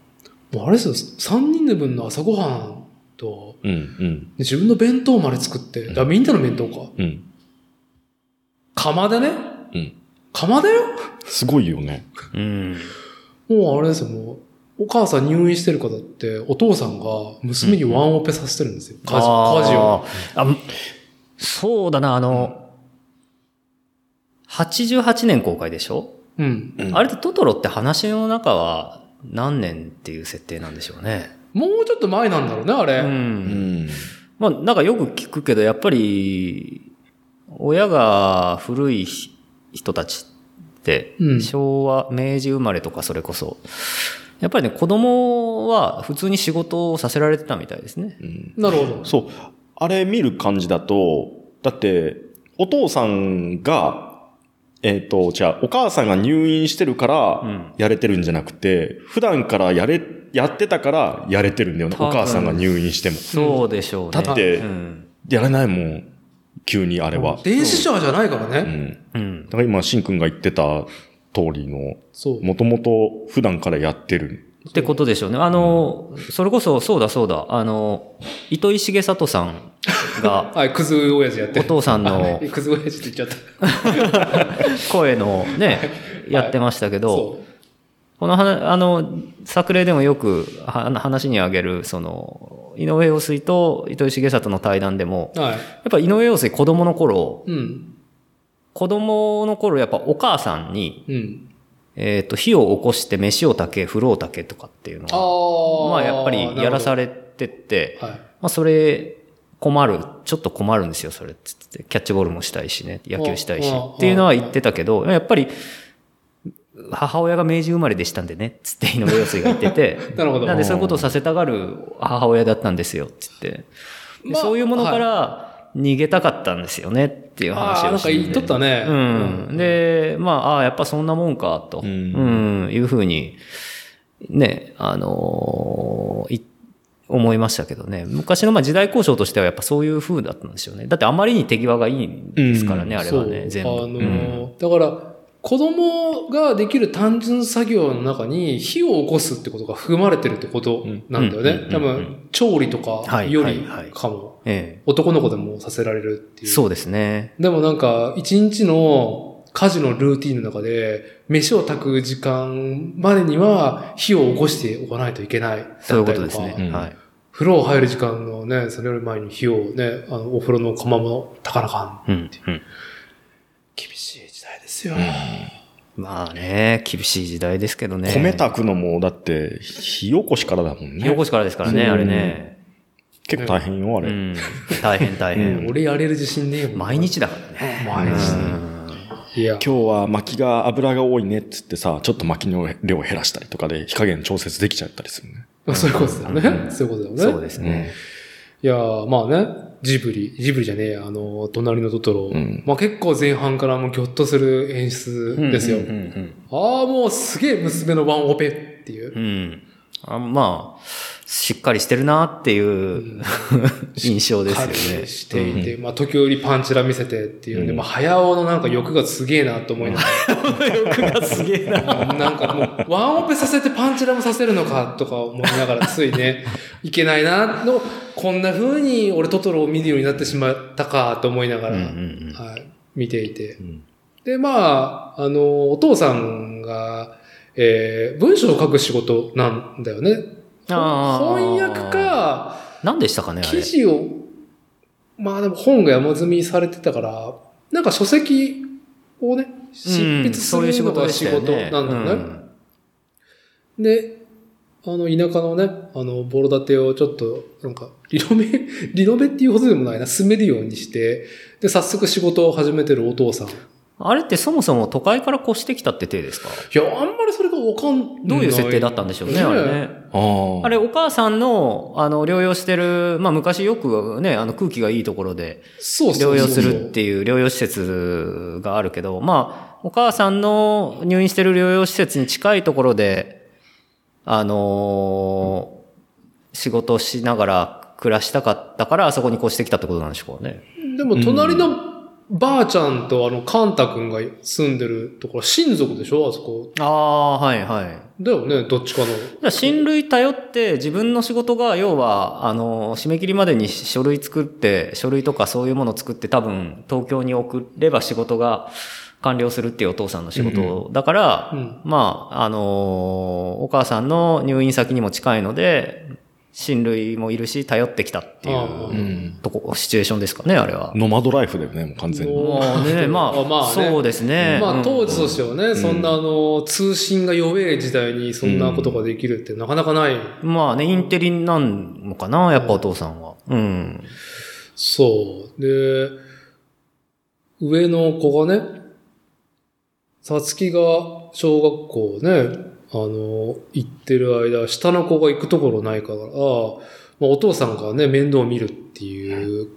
Speaker 1: うあれですよ、3人の分の朝ごはんと、
Speaker 3: うんうん
Speaker 1: で自分の弁当まで作って、だからみんなの弁当か。
Speaker 3: うん。
Speaker 1: 釜でね。
Speaker 3: うん
Speaker 1: 釜だよ
Speaker 3: すごいよね。
Speaker 2: うん。
Speaker 1: もうあれですよ、もう、お母さん入院してる方って、お父さんが娘にワンオペさせてるんですよ。家事、
Speaker 2: あー
Speaker 1: 家事を。
Speaker 2: あむそうだな、あの、88年公開でしょ、
Speaker 1: うん。
Speaker 3: うん
Speaker 2: あれとトトロって話の中は何年っていう設定なんでしょうね。
Speaker 1: もうちょっと前なんだろうね、あれ。
Speaker 2: う。
Speaker 3: うんん。
Speaker 2: まあ、なんかよく聞くけど、やっぱり、親が古いひ人たちって、
Speaker 1: うん
Speaker 2: 昭和、明治生まれとかそれこそ、やっぱりね、子供は普通に仕事をさせられてたみたいですね。
Speaker 3: うん
Speaker 1: なるほど。
Speaker 3: そう。あれ見る感じだと、だって、お父さんが、えっ、と、じゃあ、お母さんが入院してるか
Speaker 2: う
Speaker 3: ら
Speaker 2: ん、
Speaker 3: やれてるんじゃなくて、普段からやれ、やってたから、やれてるんだよね。
Speaker 2: 多
Speaker 3: お
Speaker 2: 分
Speaker 3: 母さんが入院しても。
Speaker 2: そうでしょうね。
Speaker 3: だっ
Speaker 2: う
Speaker 3: て、
Speaker 2: ん。
Speaker 3: やらないもん。急にあれは。
Speaker 1: 電子シャワーじゃないから
Speaker 3: う
Speaker 1: ね。
Speaker 3: ん。
Speaker 2: うん
Speaker 3: だ。から今、しんくんが言ってた通りの、
Speaker 1: そう。
Speaker 3: もともと普段からやってる。
Speaker 2: ってことでしょうね。あの、それこそ、そうだそうだ、あの、糸井重里さん が、
Speaker 1: はい、クズ親父やって
Speaker 2: お
Speaker 1: る。
Speaker 2: 父さんの
Speaker 1: クズ親父って言っちゃった。
Speaker 2: 声のね、やってましたけど、
Speaker 1: そ
Speaker 2: この話、あの、作例でもよくは話にあげる、その、井上陽水と糸井重里の対談でも、や
Speaker 1: はい。
Speaker 2: っぱ井上陽水子供の頃、
Speaker 1: うん。
Speaker 2: 子供の頃やっぱお母さんに、
Speaker 1: うん。
Speaker 2: えっ、と、火を起こして飯を炊け、風呂を炊けとかっていうの
Speaker 1: あ
Speaker 2: が、
Speaker 1: あ。
Speaker 2: まあやっぱりやらさ
Speaker 1: れ
Speaker 2: れてって、
Speaker 1: はい。
Speaker 2: まあそれ困る、ちょっと困るんですよ、それっつって。キャッチボールもしたいしね、野球したいし
Speaker 1: ああ。
Speaker 2: っていうのは言ってたけど、やっぱり、母親が明治生まれでしたんでね、つって井上陽水が言ってて
Speaker 1: 。なるほど
Speaker 2: なんでそういうことをさせたがる母親だったんですよ、つって。で
Speaker 1: まあ
Speaker 2: そういうものから逃げたかったんですよね、っていう話
Speaker 1: ああ、な
Speaker 2: を
Speaker 1: ん
Speaker 2: し
Speaker 1: か
Speaker 2: てて。
Speaker 1: 言っとったね。
Speaker 2: うん。で、まあ、ああ、やっぱそんなもんか、と、
Speaker 3: う
Speaker 2: うんん、いうふうに、ね、あのーい思いましたけどね。昔のまあ時代交渉としてはやっぱそういう風だったんですよね。だってあまりに手際がいいんですからね、あれ
Speaker 1: そう
Speaker 2: はね、全部。
Speaker 1: あの
Speaker 2: うん
Speaker 1: ーだから、子供ができる単純作業の中に火を起こすってことが含まれてるってことなんだよ
Speaker 2: うんうんうん
Speaker 1: ね
Speaker 2: う。ん
Speaker 1: 多分、調理とかよ
Speaker 2: は
Speaker 1: り
Speaker 2: いはいはい
Speaker 1: かも。
Speaker 2: え
Speaker 1: 男の子でもさせられるって
Speaker 2: え、
Speaker 1: いう。
Speaker 2: そうですね。
Speaker 1: でもなんか、一日の家事のルーティンの中で、飯を炊く時間までには火を起こしておかないといけないだったりか。
Speaker 2: そういうことです
Speaker 3: う
Speaker 2: ね。
Speaker 3: ん
Speaker 2: はい。
Speaker 1: 風呂を入る時間のね、それより前に火をね、あの、お風呂の釜も炊かなあかん。
Speaker 2: うん。うん
Speaker 1: 厳しい時代ですよ。
Speaker 2: まあね、厳しい時代ですけどね。
Speaker 3: 米炊くのも、だって、火起こしからだもん
Speaker 2: 火起
Speaker 3: ね。
Speaker 2: こしからですからね、
Speaker 3: うん
Speaker 2: あれね。
Speaker 3: 結構大変よ、あ
Speaker 2: う
Speaker 3: れ。
Speaker 2: ん。大変大変。
Speaker 1: 俺やれる自信ねえよ。
Speaker 2: 毎。日だからね。
Speaker 1: 毎日ね
Speaker 2: うん
Speaker 1: いや。
Speaker 3: 今日は薪が油が多いねっつってさ、ちょっと薪の量を減らしたりとかで火加減調節できちゃったりするね。
Speaker 1: まあそういうことだよ
Speaker 2: う
Speaker 1: ね。
Speaker 2: ん
Speaker 1: そういうことだ
Speaker 2: そ
Speaker 1: よ
Speaker 2: う
Speaker 1: ね。
Speaker 2: ですね。
Speaker 1: いやー、まあね、ジブリ、ジブリじゃねえや、あの、隣のトトロ。
Speaker 3: うん
Speaker 1: まあ結構前半からもうギョッとする演出ですよ。
Speaker 2: うんうんうん
Speaker 1: ああ、もうすげえ娘のワンオペっていう
Speaker 2: う。ん。あまあ、しっかりしてるなっていう、印象ですよ
Speaker 1: 感
Speaker 2: ね。
Speaker 1: じしていて、まあ時折パンチラ見せてっていうね、まあ早尾のなんか欲がすげえなと思いなが
Speaker 2: 欲がす げえな。
Speaker 1: ら、なんかもうワンオペさせてパンチラもさせるのかとか思いながらついね、いけないな、の、こんな風に俺トトロを見るようになってしまったかと思いなが
Speaker 2: うん
Speaker 1: ら、
Speaker 2: うん
Speaker 1: はい、見ていて。
Speaker 3: ん
Speaker 1: で、まあ、あの、お父さんが、えー文章を書く仕事なんだよね。
Speaker 2: あー
Speaker 1: 翻訳か、
Speaker 2: 何でしたかね、あ
Speaker 1: 記
Speaker 2: れ。
Speaker 1: 事を、まあでも本が山積みされてたから、なんか書籍をね、執筆するのが仕事なんだよね。で、あの、田舎のね、あの、ボロ建てをちょっと、なんか、リノベ、 リノベっていうほどでもないな、住めるようにして、で、早速仕事を始めてるお父さん。い
Speaker 2: あれってそもそも都会から越してきたって体ですか
Speaker 1: や、あんまりそれがわかんない。
Speaker 2: どういう設定だったんでしょうね、あれね。
Speaker 3: ああ。
Speaker 2: あれ、お母さんの、あの、療養してる、まあ、昔よくね、あの、空気がいいところで、
Speaker 1: そうそうそう。
Speaker 2: 療養するっていう療養施設があるけど、まあ、お母さんの入院してる療養施設に近いところで、あのー仕事をしながら暮らしたかったから、あそこに越してきたってことなんでしょうかね。
Speaker 1: でも、隣のばあちゃんとあの、カンタ君が住んでるところ、親族でしょあそこ。
Speaker 2: ああ、はいはい。
Speaker 1: だよね、どっちかの。
Speaker 2: じゃあ、親類頼って、自分の仕事が、要は、あの、締め切りまでに書類作って、書類とかそういうもの作って、多分、東京に送れば仕事が完了するっていうお父さんの仕事だから、
Speaker 1: うん
Speaker 2: まあ、あのーお母さんの入院先にも近いので、親類もいるし、頼ってきたってい
Speaker 1: ああ
Speaker 2: う、
Speaker 3: うん。
Speaker 2: とこ、シチュエーションですかね、あれは。
Speaker 3: ノマドライフだよね、もう完全に。
Speaker 1: も
Speaker 2: もうね、まあ、
Speaker 1: まあね
Speaker 2: そうですね。
Speaker 1: ま
Speaker 2: う
Speaker 1: あ
Speaker 2: ん
Speaker 1: 当時としてはね、そんなあの、通信が弱い時代にそんなことができるってなかなかない。
Speaker 2: まあね、インテリなんのかな、やっぱお父さんは。うん。
Speaker 1: そう。で、上の子がね、さつきが小学校ね、あの、行ってる間、下の子が行くところないから、まあ、お父さんがね、面倒を見るっていう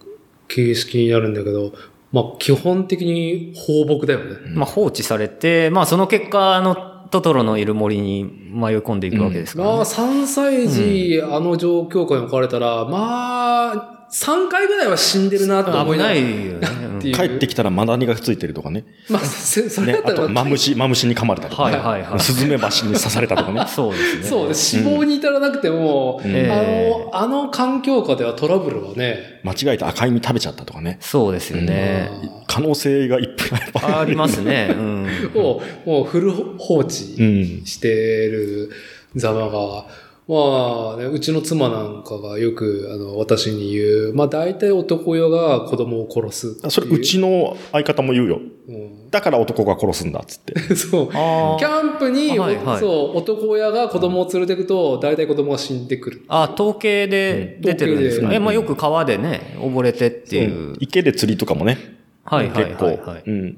Speaker 1: 形式になるんだけど、まあ基本的に放牧だよね。
Speaker 2: まあ、放置されて、まあ、その結果、あの、トトロのいる森に迷い込んでいくわけですから、ね
Speaker 1: まあ、3歳児、あの状況下に置かれたら、まあ、3回ぐらいは死んでるなと思い
Speaker 2: 危
Speaker 1: ながら
Speaker 2: ないよね。
Speaker 1: っていう。
Speaker 3: 帰ってきたらマダニがついてるとかね。
Speaker 1: まあ、せそれ
Speaker 3: ね
Speaker 1: だっ、
Speaker 3: あ
Speaker 1: たら、
Speaker 3: と、マムシ、マムシに噛まれたとかね。
Speaker 2: はいは いはい。
Speaker 3: スズメバチに刺されたとかね
Speaker 2: そうですね。
Speaker 1: そうね、死亡に至らなくても、あ
Speaker 3: ん
Speaker 2: え
Speaker 1: の、あの環境下ではトラブルはね、
Speaker 3: 間違えて赤い実食べちゃったとかね。
Speaker 2: そうですよね。
Speaker 3: 可能性がいっぱいある。
Speaker 2: ありますね。うん。
Speaker 1: を、もうフル放置
Speaker 3: うん。
Speaker 1: してるざまが、まあ、ね、うちの妻なんかがよく、あの、私に言う、まあ大体男よが子供を殺すってい
Speaker 3: あそれ、うちの相方も言うよ。
Speaker 1: うん
Speaker 3: だから男が殺すんだ、っつって。
Speaker 1: そう。
Speaker 2: あ
Speaker 1: キャンプに、
Speaker 2: はいはい
Speaker 1: そう、男親が子供を連れてくと、大体子供が死んでくる。
Speaker 2: あ、統計で出てるんです
Speaker 1: うん
Speaker 2: か。え、まあよく川でね、溺れてっていう
Speaker 3: うん。池で釣りとかもね。
Speaker 2: はいはい
Speaker 3: 結構
Speaker 2: はいはい。。
Speaker 3: うん。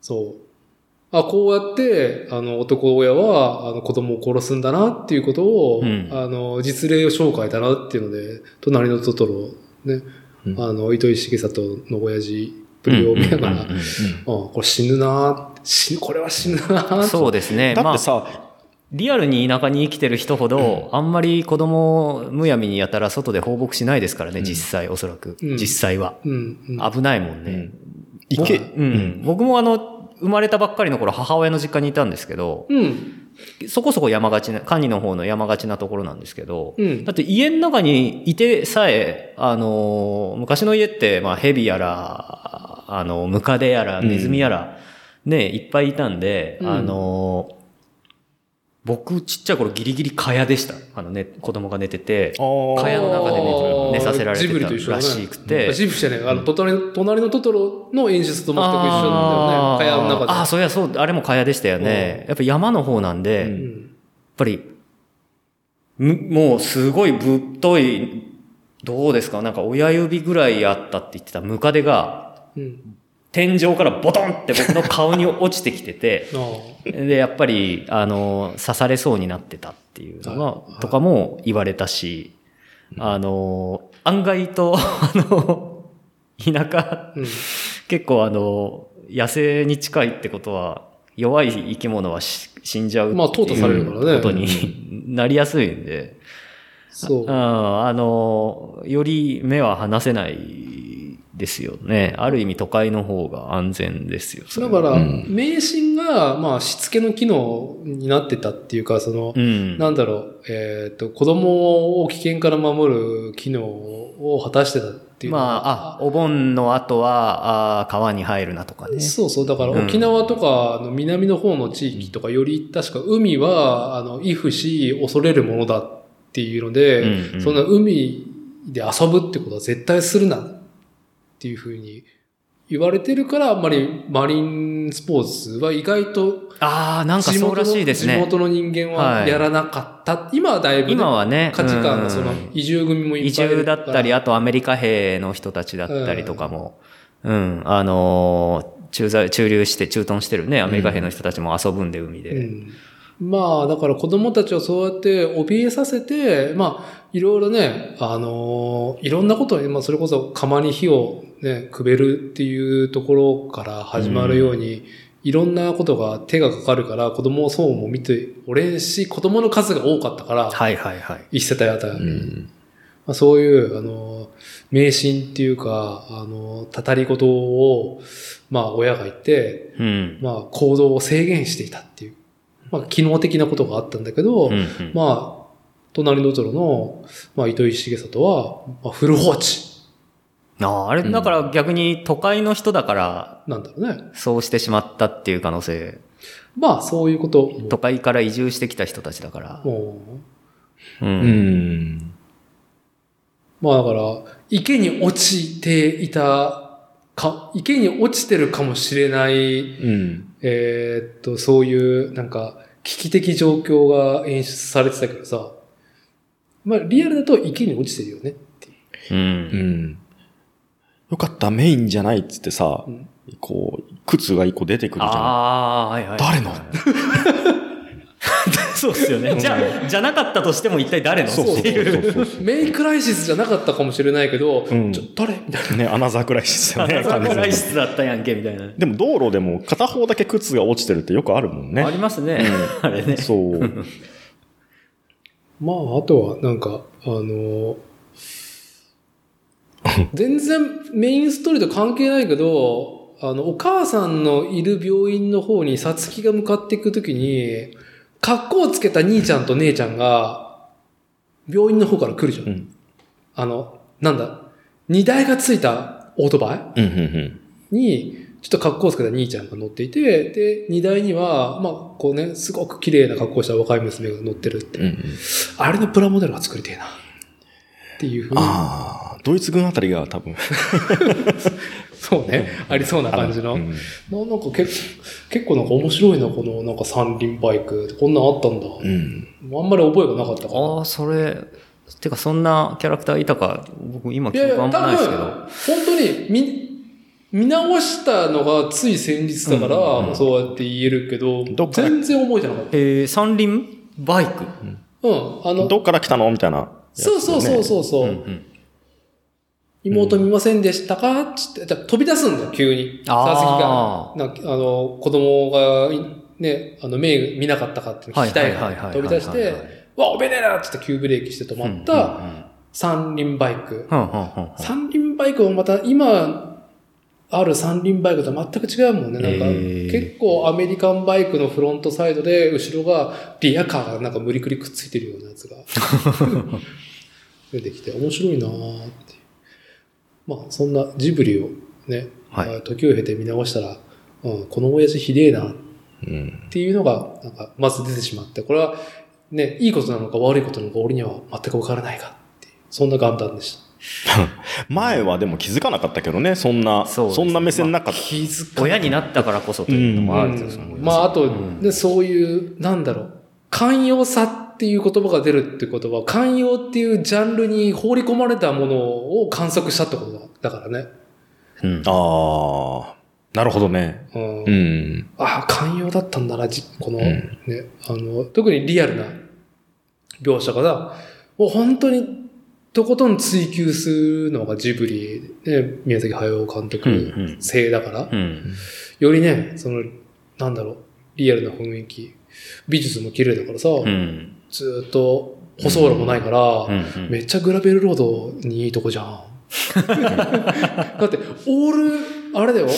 Speaker 1: そう。あ、こうやって、あの、男親は、あの、子供を殺すんだなっていうことを、
Speaker 2: うん
Speaker 1: あの、実例紹介だなっていうので、隣のトトロ、ね、
Speaker 3: うん
Speaker 1: あの、糸井重里の親父ぶりを見ながら、
Speaker 2: うんうんうんうん
Speaker 1: あこれ死ぬなー死ぬこれは死ぬなー
Speaker 2: そうですね。
Speaker 3: だ
Speaker 2: ま
Speaker 3: っ
Speaker 2: あ
Speaker 3: て、さ、
Speaker 2: リアルに田舎に生きてる人ほど、あんまり子供をむやみにやたら外で放牧しないですからね、
Speaker 3: うん
Speaker 2: 実際、おそらく。
Speaker 1: うん
Speaker 2: 実際は。
Speaker 1: うん、うん。
Speaker 2: 危ないもん
Speaker 3: う
Speaker 2: ね。
Speaker 3: ん池、
Speaker 1: うん
Speaker 2: うん。僕もあの、生まれたばっかりの頃、母親の実家にいたんですけど、
Speaker 1: うん。
Speaker 2: そこそこ山がちな、カニの方の山がちなところなんですけど、
Speaker 1: うん
Speaker 2: だって家の中にいてさえ、あのー、昔の家って、まあ、ヘビやら、あの、ムカデやら、
Speaker 3: うん
Speaker 2: ネズミやら、ね、いっぱいいたんで、
Speaker 1: うん
Speaker 2: あのー、僕ちっちゃい頃ギリギリ蚊帳でした。あのね、子供が寝てて、
Speaker 3: あー
Speaker 2: 蚊帳の中で
Speaker 1: あー
Speaker 2: 寝寝させられて
Speaker 1: ジブリと一緒だ
Speaker 2: たら
Speaker 1: ね
Speaker 2: しくて、
Speaker 1: あジブリじゃない、あの、隣の、隣のトトロの演出と全く一緒なんだよね。蚊帳の中で。
Speaker 2: あーあー、そういや、そう、あれも蚊帳でしたよね。やっぱ山の方なんで、
Speaker 3: うん
Speaker 1: う
Speaker 2: やっ
Speaker 1: ん。
Speaker 2: ぱり、むもうすごいぶっとい、どうですかなんか親指ぐらいあったって言ってたムカデが、
Speaker 1: うん。、
Speaker 2: 天井からボトンって僕の顔に落ちてきてて
Speaker 1: あ
Speaker 2: で、やっぱり、あの、刺されそうになってたっていうの
Speaker 1: はい
Speaker 2: が、とかも言われたし、あの、案外と、あの、田舎
Speaker 1: あ。うん。
Speaker 2: 結構あの、野生に近いってことは、弱い生き物はし死んじゃうっていう
Speaker 1: まあ淘汰されるからね
Speaker 2: ことになりやすいんで、
Speaker 1: そう
Speaker 2: うん、。あの、より目は離せないですよね。ある意味都会の方が安全ですよ。それ
Speaker 1: だ
Speaker 2: は
Speaker 1: から、
Speaker 3: うん
Speaker 1: 迷信が、まあ、しつけの機能になってたっていうか、その、
Speaker 2: うん。
Speaker 1: なんだろう、えっ、と、子供を危険から守る機能を果たしてたっていうの
Speaker 2: ま
Speaker 1: は。
Speaker 2: あ、あ、お盆の後は、あ川に入るなとかね。
Speaker 1: そうそう。だから
Speaker 2: うん
Speaker 1: 沖縄とかの南の方の地域とかより確か海は、あの、畏怖し恐れるものだっていうので、
Speaker 2: うんうん
Speaker 1: そんな海で遊ぶってことは絶対するなっていうふうに言われてるから、あんまりマリンスポーツは意外と
Speaker 2: ああ、なんか
Speaker 1: 地
Speaker 2: そう
Speaker 1: 元
Speaker 2: ら
Speaker 1: の
Speaker 2: しいです
Speaker 1: 地
Speaker 2: ね。
Speaker 1: 元の人間はやらなかった。今はだいぶね、
Speaker 2: 今はね、
Speaker 1: 価値観
Speaker 2: う
Speaker 1: が
Speaker 2: ん
Speaker 1: その移住組もい
Speaker 2: 移
Speaker 1: っぱいいる
Speaker 2: 住だったり、
Speaker 1: あ
Speaker 2: あとアメリカ兵の人たちだったりとかも、うん、あのー、駐在、駐留して、駐屯してるね、アメリカ兵の人たちも遊ぶんで、海で。
Speaker 1: うんまあ、だから子供たちをそうやって怯えさせて、まあ、いろいろね、あのーいろんなことに、まあ、それこそ釜に火をね、くべるっていうところから始まるように、いろんなことが手がかかるから、子供をそうも見ておれんし、子供の数が多かったから、
Speaker 2: はいはいはい。
Speaker 1: 一世帯あたり。
Speaker 3: うん
Speaker 1: まあ、そういう、あの、迷信っていうか、あの、たたり事を、まあ、親が言って、
Speaker 2: うん。
Speaker 1: まあ、行動を制限していたっていう、まあ、機能的なことがあったんだけど、
Speaker 2: うんうん
Speaker 1: まあ、隣のトロの、まあ、糸井重里は、まあ、古放置
Speaker 2: あああれ、だから逆に都会の人だから、
Speaker 1: なんだろうね。
Speaker 2: そうしてしまったっていう可能性。
Speaker 1: まあ、そういうこと。
Speaker 2: 都会から移住してきた人たちだから。
Speaker 1: も
Speaker 2: う。
Speaker 3: うんん。
Speaker 1: う、まあ、だから、池に落ちていた、か、池に落ちてるかもしれない
Speaker 3: うん。
Speaker 1: えーっと、そういう、なんか、危機的状況が演出されてたけどさ、まあ、リアルだと池に落ちてるよねっていう。
Speaker 2: う。
Speaker 3: うんん。よかった、メインじゃないっつってさ、
Speaker 1: うん
Speaker 3: こう、靴が一個出てくるじゃ
Speaker 2: ああー、はいはい。
Speaker 3: 誰の
Speaker 2: そうっすよね。じゃ、じゃなかったとしても一体誰
Speaker 3: な
Speaker 2: の
Speaker 3: い。
Speaker 2: って
Speaker 3: そうそう
Speaker 2: いう。
Speaker 3: そうそ
Speaker 1: メイクライシスじゃなかったかもしれないけど、
Speaker 3: うん
Speaker 1: ちょ、誰みたいな。
Speaker 3: う。ね、アナザークライシスだよね、
Speaker 2: あ
Speaker 3: 完全に
Speaker 2: 外出だったやんけ、みたいな。
Speaker 3: でも道路でも片方だけ靴が落ちてるってよくあるもん
Speaker 2: あり
Speaker 3: ね。
Speaker 2: ますね。あれね。
Speaker 3: そう。
Speaker 1: まあ、あとは、なんか、あ の、全然メインストーリーと関係ないけど、あの、お母さんのいる病院の方に、さつきが向かっていくときに、格好をつけた兄ちゃんと姉ちゃんが、病院の方から来るじゃん
Speaker 3: う。ん。
Speaker 1: あの、なんだ、荷台がついたオートバ
Speaker 3: うん、うん、
Speaker 1: イに、ちょっと格好をつけた兄ちゃんが乗っていて、で、荷台には、まあ、こうね、すごく綺麗な格好をした若い娘が乗ってるって。
Speaker 3: うん
Speaker 1: あれのプラモデルが作りてえな。っていうふうに。
Speaker 3: ああ、ドイツ軍あたりが多分。
Speaker 1: そうね。ありそうな感じの。
Speaker 3: うん
Speaker 1: ななんか結結構なんか面白いな、このなんか三輪バイク。こんなんあったんだ。
Speaker 3: うん。
Speaker 1: あんまり覚えがなかったから。
Speaker 2: ああ、それ、てかそんなキャラクターいたか、僕今
Speaker 1: い
Speaker 2: 記
Speaker 1: やい
Speaker 2: 憶あ
Speaker 1: や、多
Speaker 2: んまないですけど。
Speaker 1: 分、本当に見、見直したのがつい先日だから、そうやって言えるけど、
Speaker 3: どっから
Speaker 1: 全然覚えてなかった。
Speaker 2: えー、三輪バイク。
Speaker 1: うん。あの、
Speaker 3: どっから来たのみたいな。
Speaker 1: そうそうそうそうそう、
Speaker 2: うん
Speaker 1: 妹見ませんでしたかつって、じゃあ飛び出すんだよ、急に。
Speaker 2: あ
Speaker 1: 座席が。なんかあの、子供がい、ね、あの、目見なかったかっていうの聞きたいか
Speaker 2: はいはいはいはいはいは
Speaker 1: ら飛
Speaker 2: い
Speaker 1: び出し
Speaker 2: はい
Speaker 1: て
Speaker 2: はいはい、
Speaker 1: わ、おめでだっつって急ブレーキして止まった三輪バイク。
Speaker 2: うんうんうんうん
Speaker 1: 三輪バイクもまた今ある三輪バイクとは全く違うもんね。なんか
Speaker 2: えー
Speaker 1: 結構アメリカンバイクのフロントサイドで後ろがリアカーがなんか無理くりくっついてるようなやつが出てきて面白いなーっていう。まあそんなジブリをね、
Speaker 2: はい
Speaker 1: まあ時を経て見直したら、うん、この親父ひでえなっ
Speaker 3: うん。
Speaker 1: ていうのがなんかまず出てしまって、これはね、いいことなのか悪いことなのか俺には全くわからないがっていう、そんな元旦でした。
Speaker 3: 前はでも気づかなかったけどね、そんな、
Speaker 2: そう
Speaker 3: そ
Speaker 2: ですね
Speaker 3: んな目線なかった。
Speaker 1: 気づか
Speaker 2: 親になったからこそというのもあると思います、
Speaker 1: まあ、あと、
Speaker 2: うん
Speaker 1: ね、そういう、なんだろう、寛容さっていう言葉が出るってことは、寛容っていうジャンルに放り込まれたものを観測したってことだだからね。
Speaker 2: うん
Speaker 3: ああ、なるほどね。
Speaker 1: うん
Speaker 3: うん。
Speaker 1: ああ、寛容だったんだな、じこの、
Speaker 3: うん
Speaker 1: ね、あの、特にリアルな描写がさ、もう本当に、とことん追求するのがジブリ、ね、宮崎駿監
Speaker 2: うんう
Speaker 1: 督
Speaker 2: ん
Speaker 1: 制だから、
Speaker 2: うん
Speaker 1: よりね、その、なんだろう、リアルな雰囲気、美術も綺麗だからさ、
Speaker 2: うん
Speaker 1: ずーっと舗装路もないから、
Speaker 2: うんうん
Speaker 1: めっちゃグラベルロードにいいとこじゃ ん。だって、オール、あれだよ。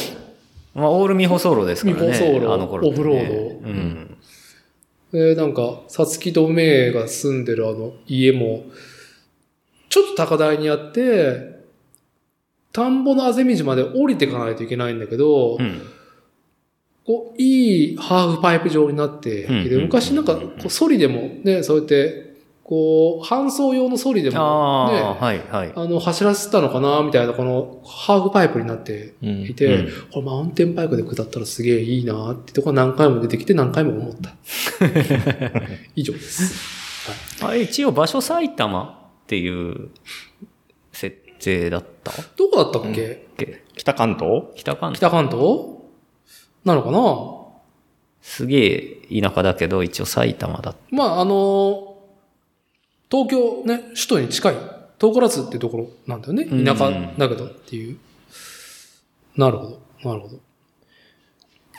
Speaker 2: まあ、オール未舗装路ですからね。
Speaker 1: 未舗装路
Speaker 2: あの頃って
Speaker 1: オフ
Speaker 2: ね
Speaker 1: ロード
Speaker 2: うん。
Speaker 1: えーなんか、さつきとめいが住んでるあの家も、ちょっと高台にあって、田んぼのあぜ道まで降りていかないといけないんだけど、
Speaker 2: うん。
Speaker 1: こう、いいハーフパイプ状になってい
Speaker 2: うん
Speaker 1: て、昔なんか、こうソリでもね、そうやって、こう、搬送用のソリで
Speaker 2: あ
Speaker 1: も、ね
Speaker 2: あ、、はいはい。
Speaker 1: あの、走らせてたのかなみたいな、この、ハーフパイプになっていて、
Speaker 2: うん
Speaker 1: これマウンテンバイクで下ったらすげえいいなってとこが何回も出てきて何回も思 った。以上です。
Speaker 2: あれ一応場所埼玉っていう設定だったっ
Speaker 1: どこだったっけ、
Speaker 2: け
Speaker 3: 北関東
Speaker 2: 北関東
Speaker 1: 北関東なのかな
Speaker 2: すげえ田舎だけど一応埼玉だっ
Speaker 1: まあ、あの東京ね、首都に近い、東倉津ってところなんだよね。
Speaker 2: うん
Speaker 1: 田舎だけどっていう。なるほど、なるほ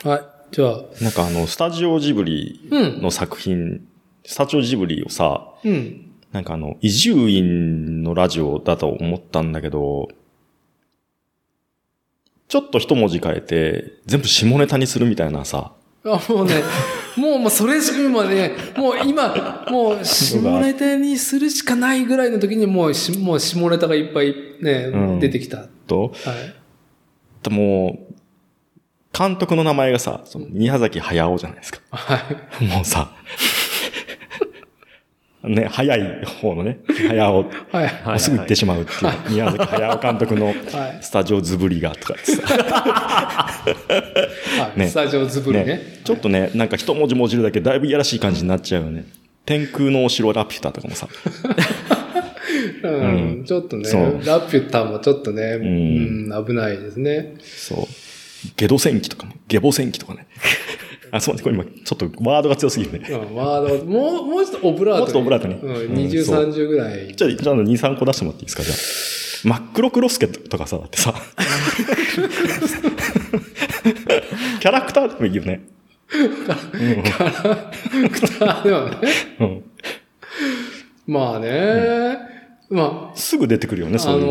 Speaker 1: ど。はい、じゃあ、
Speaker 3: なんかあの、スタジオジブリ
Speaker 1: うん、
Speaker 3: の作品、スタジオジブリをさ、
Speaker 1: うん。
Speaker 3: なんかあの、伊集院のラジオだと思ったんだけど、ちょっと一文字変えて、全部下ネタにするみたいなさ。
Speaker 1: あもう ね、もう、もうそれしか今ね、もう今、もう下ネタにするしかないぐらいの時にもうし、もう下ネタがいっぱいね、
Speaker 3: うん
Speaker 1: 出てきた。はい。
Speaker 3: と、でもう、監督の名前がさ、その宮崎駿じゃないですか。
Speaker 1: はい。
Speaker 3: もうさ、ね、早い方のね、駿、も
Speaker 1: はい。
Speaker 2: た。
Speaker 3: うすぐ行ってしまうっていう、宮崎駿監督の
Speaker 1: はい
Speaker 3: スタジオズブリがとかってさ、
Speaker 1: はい。
Speaker 3: ね
Speaker 1: スタジオズブリね。
Speaker 3: ね、ちょっとね、なんか一文字文字るだけだいぶいやらしい感じになっちゃうよね。天空のお城ラピュタとかもさ、
Speaker 1: うん、
Speaker 3: うん
Speaker 1: ちょっとね
Speaker 3: そう、
Speaker 1: ラピュタもちょっとね、
Speaker 3: ん
Speaker 1: うん危ないですね。
Speaker 3: そう。ゲド戦記とかも、ゲボ戦記とかね。あ、そうこれ今、ちょっとワードが強すぎるね。
Speaker 1: うん、ワード、もう、もうちょっとオブラートに。
Speaker 3: もうちょっとオブラートに
Speaker 1: う、
Speaker 3: うんん
Speaker 1: 20、
Speaker 3: そう
Speaker 1: 30ぐらい。
Speaker 3: じゃあ、ちょっと2、3個出してもらっていいですか、じゃあ。真っ黒クロスケとかさ、だってさ。キャラクターでもいいよね。
Speaker 1: でもね、
Speaker 3: うん。
Speaker 1: まあね、まあ、
Speaker 3: すぐ出てくるよね、
Speaker 1: あ
Speaker 3: そ
Speaker 1: の
Speaker 3: ういうの。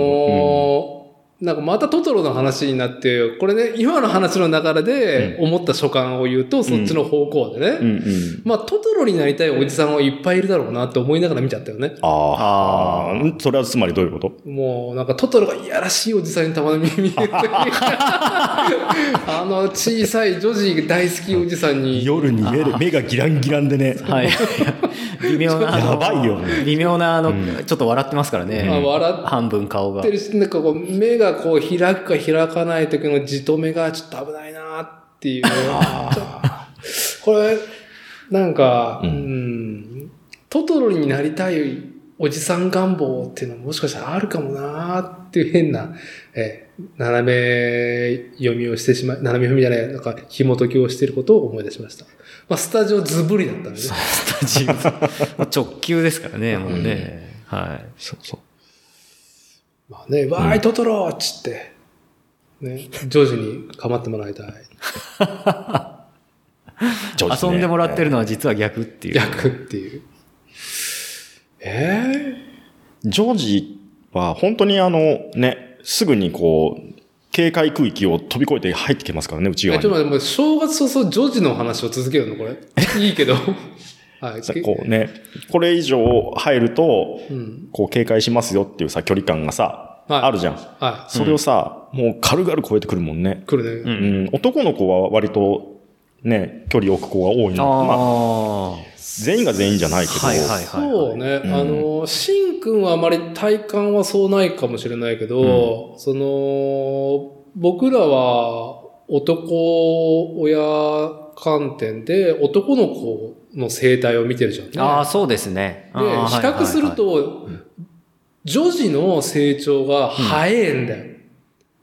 Speaker 1: ーなんかまたトトロの話になって、これね、今の話の流れで思った所感を言うと、そっちの方向でね。
Speaker 3: うんうん。
Speaker 1: まあ、トトロになりたいおじさんはいっぱいいるだろうなって思いながら見ちゃったよね。
Speaker 3: あ
Speaker 2: あ
Speaker 3: あ、それはつまりどういうこと
Speaker 1: もう、なんかトトロがいやらしいおじさんにたまに見え てあの小さい女児大好きおじさんに、
Speaker 3: 夜に目で目がギランギランでね。
Speaker 2: はい。微妙な、あの
Speaker 3: やばいよね
Speaker 2: 微妙な、あの、ちょっと笑ってますからね。
Speaker 1: あ笑って
Speaker 2: 半分顔
Speaker 1: や
Speaker 2: が
Speaker 1: って。るし、 なんかこう、目がこう開くか開かない時のじとめがちょっと危ないなっていう。ちょこれ、なんか、
Speaker 3: う
Speaker 1: うんん、トトロになりたいおじさん願望っていうのはもしかしたらあるかもなっていう変な、えー、斜め読みをしてしまい、斜め読みじゃない、なんか紐解きをしていることを思い出しました。まあ、スタジオズブリだったんでね。
Speaker 2: スタジオ直球ですからね、もうね。はい。
Speaker 3: そうそう。
Speaker 1: まあね、わーい、トトロっつって、ね、ジョージに構ってもらいたい。
Speaker 3: ジョージね
Speaker 2: 遊んでもらってるのは実は 逆っていう。
Speaker 1: 逆っていう。え
Speaker 3: ジョージは本当にあの、ね、すぐにこう、警戒区域を飛び越えて入ってきますからね、
Speaker 1: ー、
Speaker 3: 内
Speaker 1: え
Speaker 3: 側
Speaker 1: ちょっと
Speaker 3: に。
Speaker 1: 待って、もう正月早々ジョージの話を続けるのこ れ。いいけど。 はい。
Speaker 3: さこうね、これ以上入ると、
Speaker 1: うん。
Speaker 3: こう警戒しますよっていうさ、距離感がさ、
Speaker 1: はい
Speaker 3: あるじゃん。
Speaker 1: は
Speaker 3: それをさ、もう軽々超えてくるもんね
Speaker 1: い。。来るね。
Speaker 2: う
Speaker 3: うんん、男の子は割と、ね、距離を置く子が多い
Speaker 2: あ
Speaker 3: の。まあ、
Speaker 2: あ。は
Speaker 3: 全員が全員じゃないけど、
Speaker 2: いはいはい。
Speaker 1: そうね。
Speaker 3: うん
Speaker 1: あの、シンくんはあまり体感はそうないかもしれないけど、その、僕らは男親観点で男の子の生態を見てるじゃん、ね。
Speaker 2: ああ、そうですね。
Speaker 1: で、比較すると、女児の成長が早いんだよ。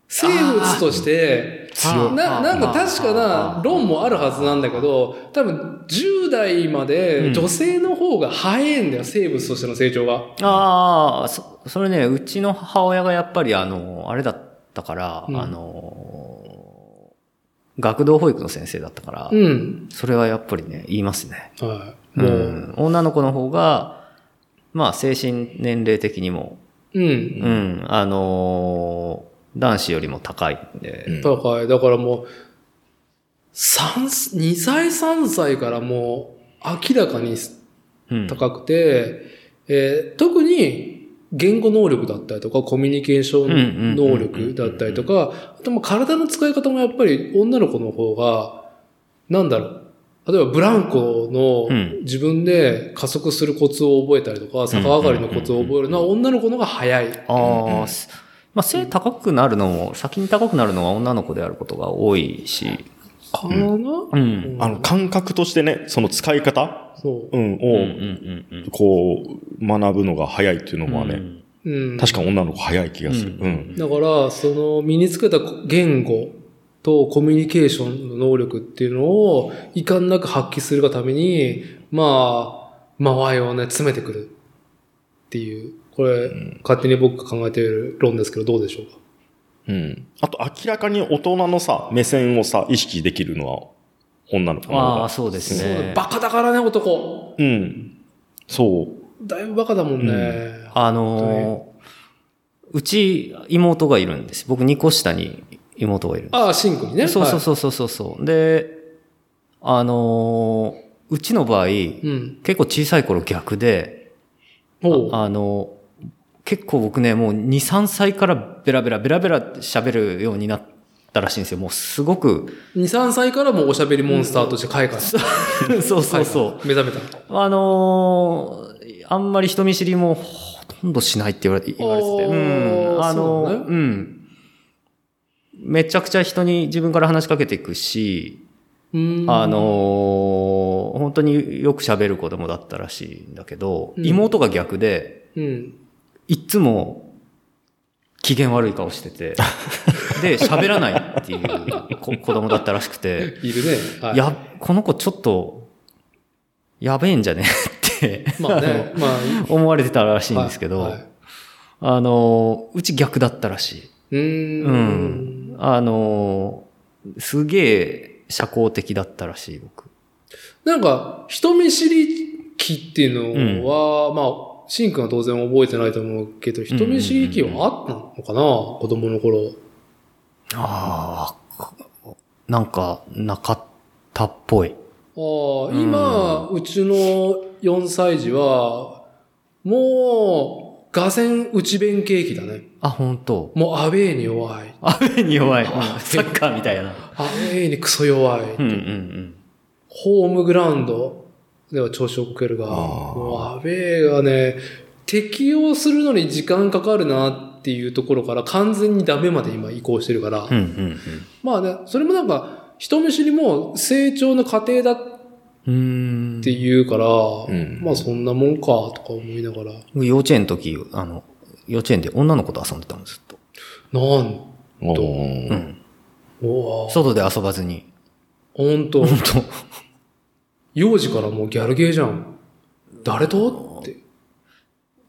Speaker 1: 生物として、
Speaker 2: 強い
Speaker 1: な、なんか確かな論もあるはずなんだけど、多分10代ま
Speaker 2: う
Speaker 1: で
Speaker 2: ん
Speaker 1: 女性の方が早いんだよ、生物としての成長が。
Speaker 2: ああ、そ、それね、うちの母親がやっぱりあの、あれだったから、
Speaker 1: うん
Speaker 2: あの、学童保育の先生だったから、
Speaker 1: うん。
Speaker 2: それはやっぱりね、言いますね。
Speaker 1: はい。
Speaker 2: う
Speaker 1: もう、
Speaker 2: ん、女の子の方が、まあ、精神年齢的にも、
Speaker 1: うん。
Speaker 2: うん、あのー男子よりも高いんで、
Speaker 3: うん
Speaker 1: 高い。だからもう、三2歳、3歳からもう、明らかに
Speaker 2: うん
Speaker 1: 高くて、えー特に言語能力だったりとか、コミュニケーション能力だったりとか、あともう体の使い方もやっぱり女の子の方が、なんだろう。例えばブランコ
Speaker 2: う
Speaker 1: の
Speaker 2: ん
Speaker 1: 自分で加速するコツを覚えたりとか、逆上がりのコツを覚えるのは女の子の方が早い。
Speaker 2: ああ、すまあ、背高くなるのも、先に高くなるのは女の子であることが多いし、
Speaker 1: かな、
Speaker 2: うん。
Speaker 1: うん
Speaker 3: あの、感覚としてね、その使い方、
Speaker 1: そ
Speaker 3: うん、
Speaker 2: うんう
Speaker 3: を、
Speaker 2: んうんうん
Speaker 3: こう、学ぶのが早いっていうのもね、
Speaker 2: うん
Speaker 1: う。うん。
Speaker 3: 確か女の子早い気がする。
Speaker 2: う
Speaker 3: うんん。
Speaker 1: だから、その身につけた言語とコミュニケーションの能力っていうのを遺憾なく発揮するがために、まあ、間合いをね、詰めてくるっていう、これ、勝手に僕が考えている論ですけど、どうでしょうか。
Speaker 3: うん。あと、明らかに大人のさ、目線をさ、意識できるのは、女の子の方
Speaker 2: ああ、
Speaker 3: が。
Speaker 2: そうです
Speaker 1: そうだ
Speaker 2: ね。
Speaker 1: バカだからね、男。
Speaker 3: うん。そう。
Speaker 1: だいぶバカだもんね。
Speaker 2: あのーうち妹がいるんです。僕2個下に妹がいるんで
Speaker 1: ああ、シンクにね。
Speaker 2: す。そうそうそうそうそうそう。で、あのーうちの場合、
Speaker 1: はい。うん。
Speaker 2: 結構小さい頃逆で、
Speaker 1: ほう。
Speaker 2: あのー結構僕ね、もう2、3歳からベラベラベラベラ喋るようになったらしいんですよ。もうすごく、
Speaker 1: 2、3歳からもうおしゃべりモンスターとして開花した。
Speaker 2: そうそうそう。
Speaker 1: 目覚めた。
Speaker 2: あのーあんまり人見知りもほとんどしないって言われて、言われてて。
Speaker 1: おー
Speaker 2: うん。あの
Speaker 1: そうな
Speaker 2: ー
Speaker 1: の
Speaker 2: うん。めちゃくちゃ人に自分から話しかけていくし、
Speaker 1: うん
Speaker 2: あのー本当によく喋る子供だったらしいんだけど、
Speaker 1: うん
Speaker 2: 妹が逆で、
Speaker 1: うん。
Speaker 2: いっつも、機嫌悪い顔してて、で、喋らないっていう 子子供だったらしくて、
Speaker 1: いるね。はい。
Speaker 2: や、この子ちょっと、やべえんじゃね って、
Speaker 1: まあ ね。まあ、
Speaker 2: 思われてたらしいんですけど、
Speaker 1: はいはい
Speaker 2: あの、うち逆だったらしい。
Speaker 1: うー。
Speaker 2: うんん。あの、すげえ社交的だったらしい、僕。
Speaker 1: なんか、人見知り期っていうのは、まあ、あ、シンくんは当然覚えてないと思うけど、人見知り期はあったのかな、子供の頃。
Speaker 2: ああ、なんか、なかったっぽい。
Speaker 1: ああ、今、うちの4歳児は、もう、俄然内弁慶期だね。
Speaker 2: あ、本当。
Speaker 1: もうアウェーに弱い。
Speaker 2: アウェーに弱い。サッカーみたいな。
Speaker 1: アウェーにクソ弱い。
Speaker 2: うんうんうん。
Speaker 1: ホームグラウンドでは調子をこけるが、
Speaker 3: あー
Speaker 1: もうアウェーがね、適用するのに時間かかるなっていうところから完全にダメまで今移行してるから、
Speaker 2: うんうん
Speaker 1: まあね、それもなんか、人見知りも成長の過程だっ
Speaker 2: うん。う
Speaker 1: ていうから、
Speaker 3: ん
Speaker 1: まあそんなもんかとか思いながら、
Speaker 2: ーん。幼稚園の時、あの、幼稚園で女の子と遊んでたの、ずっと。
Speaker 1: なん
Speaker 3: お
Speaker 2: う
Speaker 3: ー
Speaker 2: ん。
Speaker 1: おぉ、
Speaker 2: 外で遊ばずに。
Speaker 1: ほんと、
Speaker 2: 本当。
Speaker 1: 幼児からもうギャルゲーじゃん。誰とって。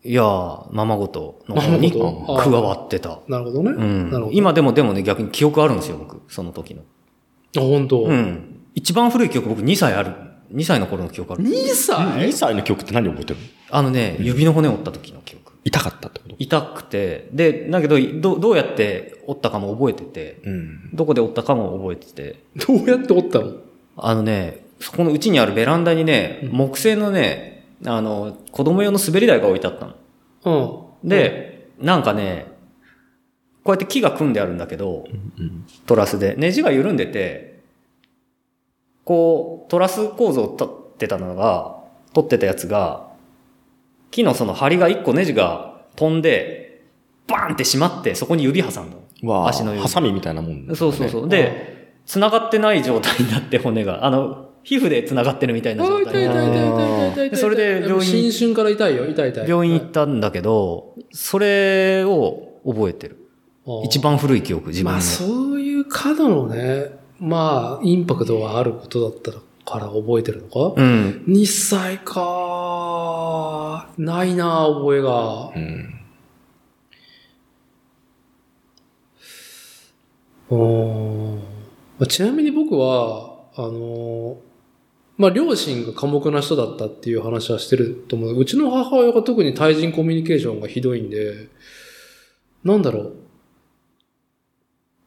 Speaker 2: いやー、ままごとの方
Speaker 1: ままご
Speaker 2: に
Speaker 1: とあー
Speaker 2: 加わってた。
Speaker 1: なるほどね。
Speaker 2: うん
Speaker 1: なるほど。
Speaker 2: 今でもでもね、逆に記憶あるんですよ、僕。その時の。
Speaker 1: あ、ほんと。
Speaker 2: うん。一番古い記憶、僕2歳ある。2歳の頃の記憶ある。
Speaker 1: 2歳
Speaker 3: 2歳の曲って何覚えてるの
Speaker 2: あのね、指の骨折った時の記憶。
Speaker 3: 痛かったってこと
Speaker 2: 痛くて、で、だけど、どどうやって折ったかも覚えてて、
Speaker 3: うん。
Speaker 2: どこで折ったかも覚えてて、
Speaker 1: どうやっておったの
Speaker 2: あのね、そこのうちにあるベランダにね、
Speaker 1: うん
Speaker 2: 木製のね、あの、子供用の滑り台が置いてあったの。
Speaker 1: う
Speaker 2: で、なんかね、こうやって木が組んであるんだけど、トラスで、ネジが緩んでて、こう、トラス構造を取ってたのが、取ってたやつが、木のその針が1個ネジが飛んで、バーンって締まって、そこに指挟んだの。
Speaker 3: わあ、
Speaker 2: 足の指
Speaker 3: ハサミみたいなもんだね、
Speaker 2: そうそうそう。
Speaker 1: ん。
Speaker 2: で、、繋がってない状態になって骨が、あの、皮膚で繋がってるみたい
Speaker 1: あ
Speaker 2: な
Speaker 1: ー
Speaker 2: 状
Speaker 1: 痛い痛い
Speaker 2: 態
Speaker 1: 痛い痛
Speaker 2: で、
Speaker 1: い痛い痛い痛い。
Speaker 2: それで病院
Speaker 1: 新春から痛いよ、痛い痛い。
Speaker 2: 病院行ったんだけど、それを覚えてる。
Speaker 1: あー
Speaker 2: 一番古い記憶、自分
Speaker 1: ま
Speaker 2: の
Speaker 1: あ。そういう過度のね、まあ、インパクトがあることだったから覚えてるのか、
Speaker 2: うん。
Speaker 1: ?2 歳かないなあ覚えが。
Speaker 3: うん。
Speaker 1: うんまあちなみに僕は、あのーまあ、両親が寡黙な人だったっていう話はしてると思う。うちの母親が特に対人コミュニケーションがひどいんで、なんだろう。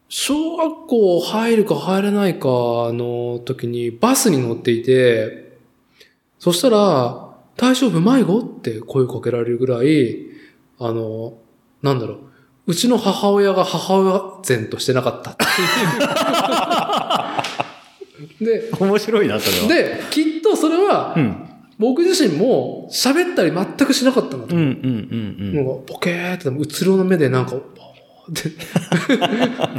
Speaker 1: 小学校入るか入れないかの時にバスに乗っていて、そしたら、大丈夫迷子って声をかけられるぐらい、あの、なんだろう。うちの母親が母親前としてなかったっていう。で、
Speaker 2: 面白いな、それは。
Speaker 1: で、きっとそれは
Speaker 2: う、ん。
Speaker 1: 僕自身も喋ったり全くしなかったんだと
Speaker 2: う
Speaker 1: 思う。
Speaker 2: んうんうん
Speaker 1: な
Speaker 2: うんん。
Speaker 1: かポケーって、うつろの目でなんか、ぼーって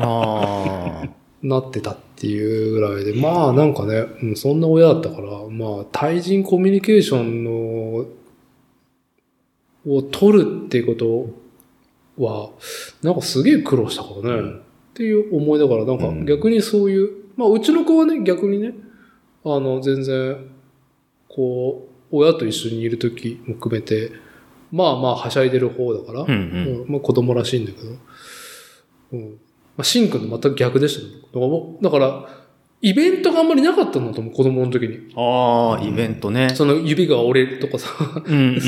Speaker 2: ああ。
Speaker 1: なってたっていうぐらいで、まあなんかね、うん、そんな親だったから、まあ対人コミュニケーションの、を取るっていうことは、なんかすげえ苦労したからね、
Speaker 3: うん
Speaker 1: っていう思いだから、なん
Speaker 3: うん
Speaker 1: か逆にそういう、まあうちの子はね、逆にね、あの、全然、こう、親と一緒にいる時も含めて、まあまあはしゃいでる方だから、
Speaker 2: うんうん。
Speaker 1: うん、まあ子供らしいんだけど。うん。まあ、シンくんと全く逆でしたね。だから僕、だからイベントがあんまりなかったんだと思う、子供の時に。
Speaker 2: ああ、イベントね。
Speaker 1: その指が折れるとかさ。
Speaker 2: うんう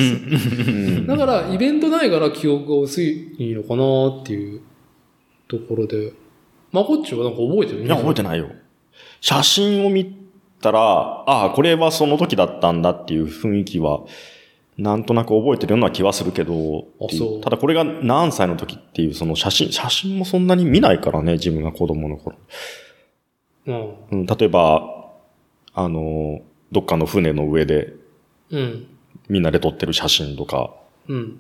Speaker 2: ん。
Speaker 1: だから、イベントないから記憶が薄いのかなっていうところで。まこっちはなんか覚えてる
Speaker 3: いや、覚えてないよ。写真を見たら、ああ、これはその時だったんだっていう雰囲気は、なんとなく覚えてるような気はするけど、
Speaker 1: あ
Speaker 3: ってい
Speaker 1: そう
Speaker 3: ただこれが何歳の時っていう、その写真、写真もそんなに見ないからね、自分が子供の頃。
Speaker 1: うん。
Speaker 3: うん、例えば、あの、どっかの船の上で
Speaker 1: うん。
Speaker 3: みんなで撮ってる写真とか、
Speaker 1: うん。